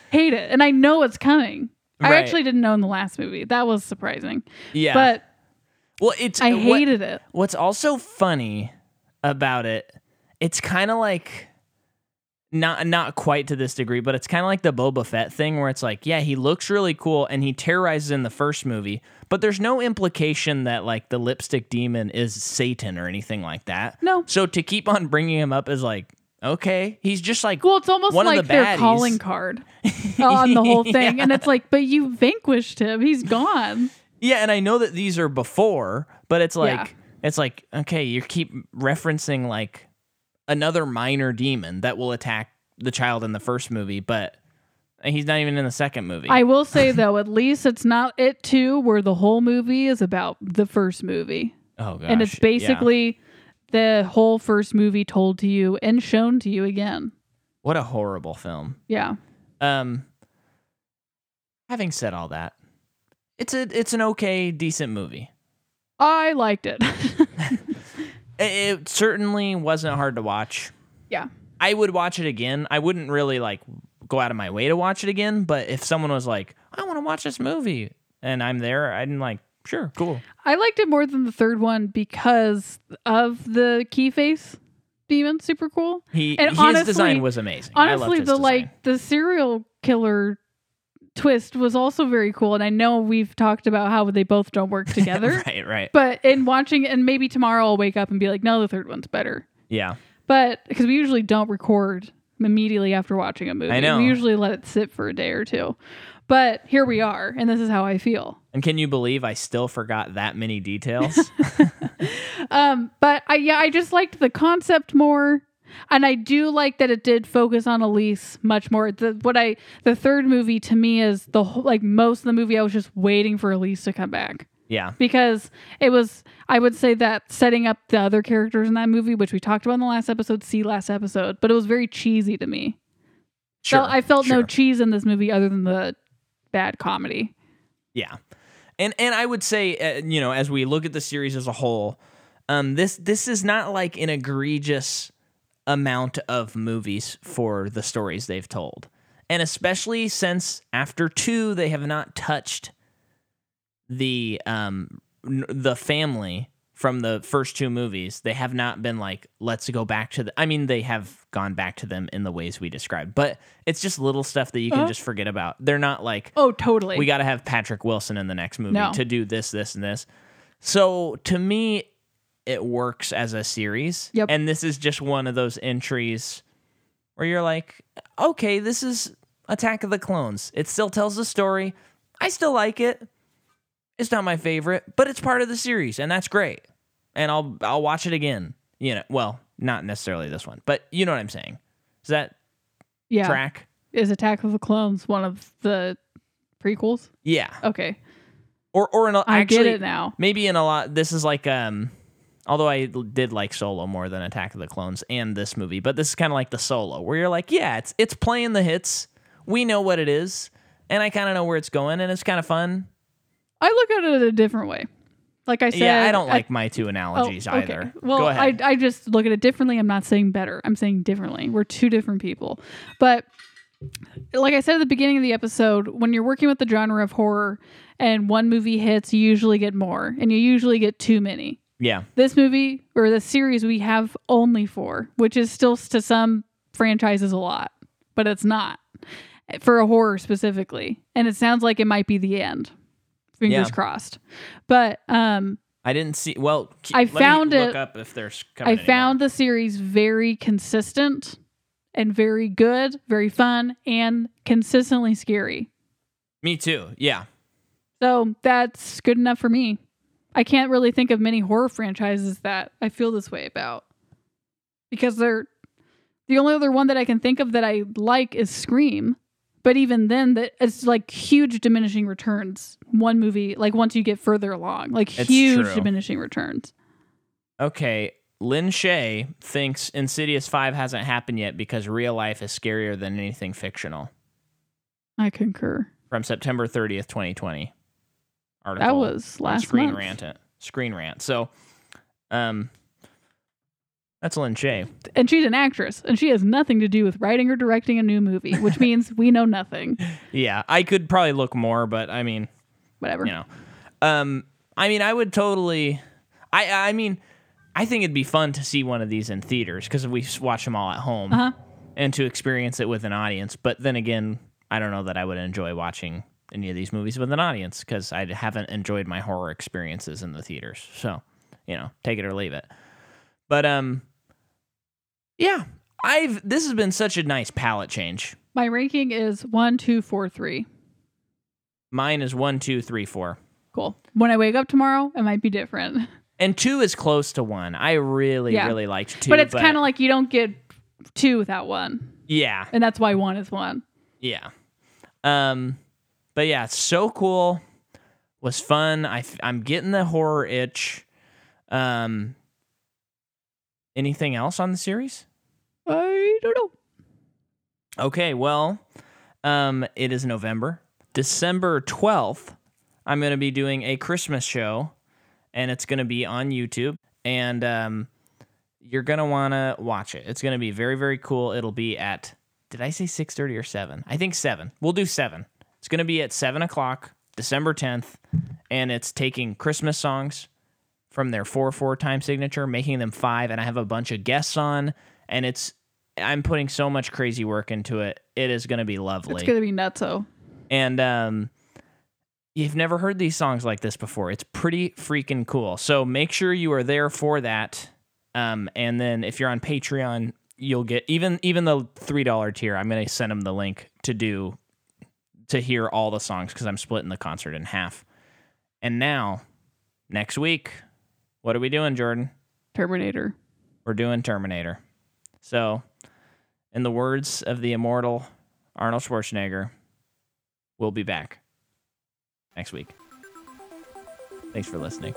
S2: hate it, and I know it's coming. I
S1: Right.
S2: actually didn't know in the last movie. That was surprising,
S1: yeah
S2: but
S1: well it's
S2: I
S1: what-
S2: hated it.
S1: What's also funny about it, it's kind of like not not quite to this degree, but it's kind of like the Boba Fett thing where it's like, yeah, he looks really cool and he terrorizes in the first movie, but there's no implication that like the lipstick demon is Satan or anything like that.
S2: No,
S1: So to keep on bringing him up is like, okay, he's just like
S2: well, it's almost
S1: One of
S2: like
S1: the
S2: their
S1: baddies.
S2: calling card on the whole thing, and it's like, but you vanquished him. He's gone.
S1: Yeah, and I know that these are before, but it's like
S2: Yeah.
S1: it's like okay, you keep referencing like another minor demon that will attack the child in the first movie, but he's not even in the second movie.
S2: I will say though, at least it's not it too, where the whole movie is about the first movie,
S1: oh gosh.
S2: and it's
S1: yeah.
S2: basically the whole first movie told to you and shown to you again.
S1: what a horrible film.
S2: Yeah,
S1: Um having said all that, it's a it's an okay decent movie.
S2: I liked it.
S1: It, it certainly wasn't hard to watch.
S2: yeah.
S1: I would watch it again. I wouldn't really like go out of my way to watch it again, but if someone was like, "I want to watch this movie," and I'm there, I'm like, "Sure, cool."
S2: I liked it more than the third one because of the key face demon. Super cool.
S1: He
S2: And
S1: his
S2: honestly-
S1: design was amazing. I loved
S2: Honestly, the
S1: his design.
S2: like the serial killer twist was also very cool. And I know we've talked about how they both don't work together.
S1: right, right,
S2: But in watching, and maybe tomorrow I'll wake up and be like, no, the third one's better.
S1: yeah.
S2: But because we usually don't record immediately after watching a movie,
S1: I know.
S2: we usually let it sit for a day or two. But here we are, and this is how I feel.
S1: And can you believe I still forgot that many details?
S2: Um, but I yeah, I just liked the concept more. And I do like that it did focus on Elise much more. The what I the third movie to me is the whole like most of the movie I was just waiting for Elise to come back.
S1: yeah,
S2: because it was I would say that setting up the other characters in that movie, which we talked about in the last episode, see last episode, but it was very cheesy to me.
S1: sure.
S2: Felt- I felt no
S1: sure.
S2: cheese in this movie other than the bad comedy.
S1: Yeah, and and I would say uh, you know as we look at the series as a whole, um, this this is not like an egregious amount of movies for the stories they've told, and especially since after two they have not touched the um n- the family from the first two movies they have not been like let's go back to the i mean they have gone back to them in the ways we described but it's just little stuff that you can
S2: Uh-huh.
S1: just forget about they're not like
S2: Oh, totally.
S1: we got to have Patrick Wilson in the next movie
S2: No.
S1: to do this, this, and this. So to me, it works as a series.
S2: Yep.
S1: And this is just one of those entries where you're like, okay, this is Attack of the Clones. It still tells the story. I still like it. It's not my favorite, but it's part of the series, and that's great. And I'll I'll watch it again. You know, well, not necessarily this one, but you know what I'm saying. Does that
S2: yeah.
S1: track?
S2: Is Attack of the Clones one of the prequels?
S1: Yeah.
S2: Okay,
S1: Or or in a,
S2: I
S1: actually,
S2: get it now.
S1: maybe in a lot this is like um although i l- did like solo more than attack of the clones and this movie but this is kind of like the solo where you're like yeah it's it's playing the hits we know what it is and i kind of know where it's going and it's kind of fun
S2: I look at it a different way. Like I said,
S1: yeah i don't
S2: at-
S1: like my two analogies
S2: okay.
S1: either
S2: Well,
S1: go ahead
S2: I, I just look at it differently. I'm not saying better. I'm saying differently. We're two different people. But like I said at the beginning of the episode, when you're working with the genre of horror and one movie hits, you usually get more and you usually get too many.
S1: yeah
S2: This movie or this series we have only four, which is still s- to some franchises a lot, but it's not for a horror specifically. And it sounds like it might be the end. Fingers
S1: Yeah.
S2: crossed. But um
S1: i didn't see well c-
S2: I
S1: let me
S2: found
S1: look
S2: it-
S1: up if there's coming
S2: I
S1: anymore.
S2: found the series very consistent and very good, very fun, and consistently scary.
S1: me too yeah
S2: So that's good enough for me. I can't really think of many horror franchises that I feel this way about because they're the only other one that I can think of that I like is Scream. But even then, that it's like huge diminishing returns. One movie, like once you get further along, like
S1: It's
S2: huge
S1: true.
S2: diminishing returns.
S1: okay lynn shay thinks insidious 5 hasn't happened yet because real life is scarier than anything fictional
S2: I concur.
S1: from September 30th, 2020. Article
S2: That was
S1: on
S2: last
S1: Screen
S2: month.
S1: Rant. Screen Rant. So, um, that's Lynn Shay.
S2: and she's an actress and she has nothing to do with writing or directing a new movie which means we know nothing
S1: Yeah, I could probably look more, but I mean,
S2: whatever
S1: you know, um, I mean, I would totally. I I mean, I think it'd be fun to see one of these in theaters because we s- watch them all at home
S2: uh-huh
S1: and to experience it with an audience. But then again, I don't know that I would enjoy watching any of these movies with an audience because I haven't enjoyed my horror experiences in the theaters. So, you know, take it or leave it. But um, yeah, I've this has been such a nice palette change.
S2: my ranking is one two four three
S1: Mine is one, two, three, four,
S2: cool when i wake up tomorrow it might be different
S1: and two is close to one. I really,
S2: Yeah.
S1: really liked two,
S2: but it's kind of like you don't get two without one
S1: yeah,
S2: and that's why one is one
S1: Yeah. Um, but yeah, it's so cool. Was fun. I f- I'm getting the horror itch. Um, anything else on the series?
S2: i don't know
S1: Okay, well, um, it is November, December twelfth. I'm going to be doing a Christmas show and it's going to be on YouTube. And um, you're going to want to watch it. It's going to be very, very cool. It'll be at, did I say 6.30 or 7? I think 7. We'll do 7. It's going to be at 7 o'clock, December 10th. And it's taking Christmas songs from their 4-4 time signature, making them 5. And I have a bunch of guests on. And it's, I'm putting so much crazy work into it. It is going to be lovely
S2: It's gonna be nutso.
S1: and um, you've never heard these songs like this before. It's pretty freaking cool. So make sure you are there for that. Um, and then if you're on Patreon, you'll get even even the three dollar tier. I'm gonna send them the link to do to hear all the songs because I'm splitting the concert in half. And now, next week, what are we doing, Jordan?
S2: Terminator.
S1: We're doing Terminator. So, in the words of the immortal Arnold Schwarzenegger, we'll be back next week. Thanks for listening.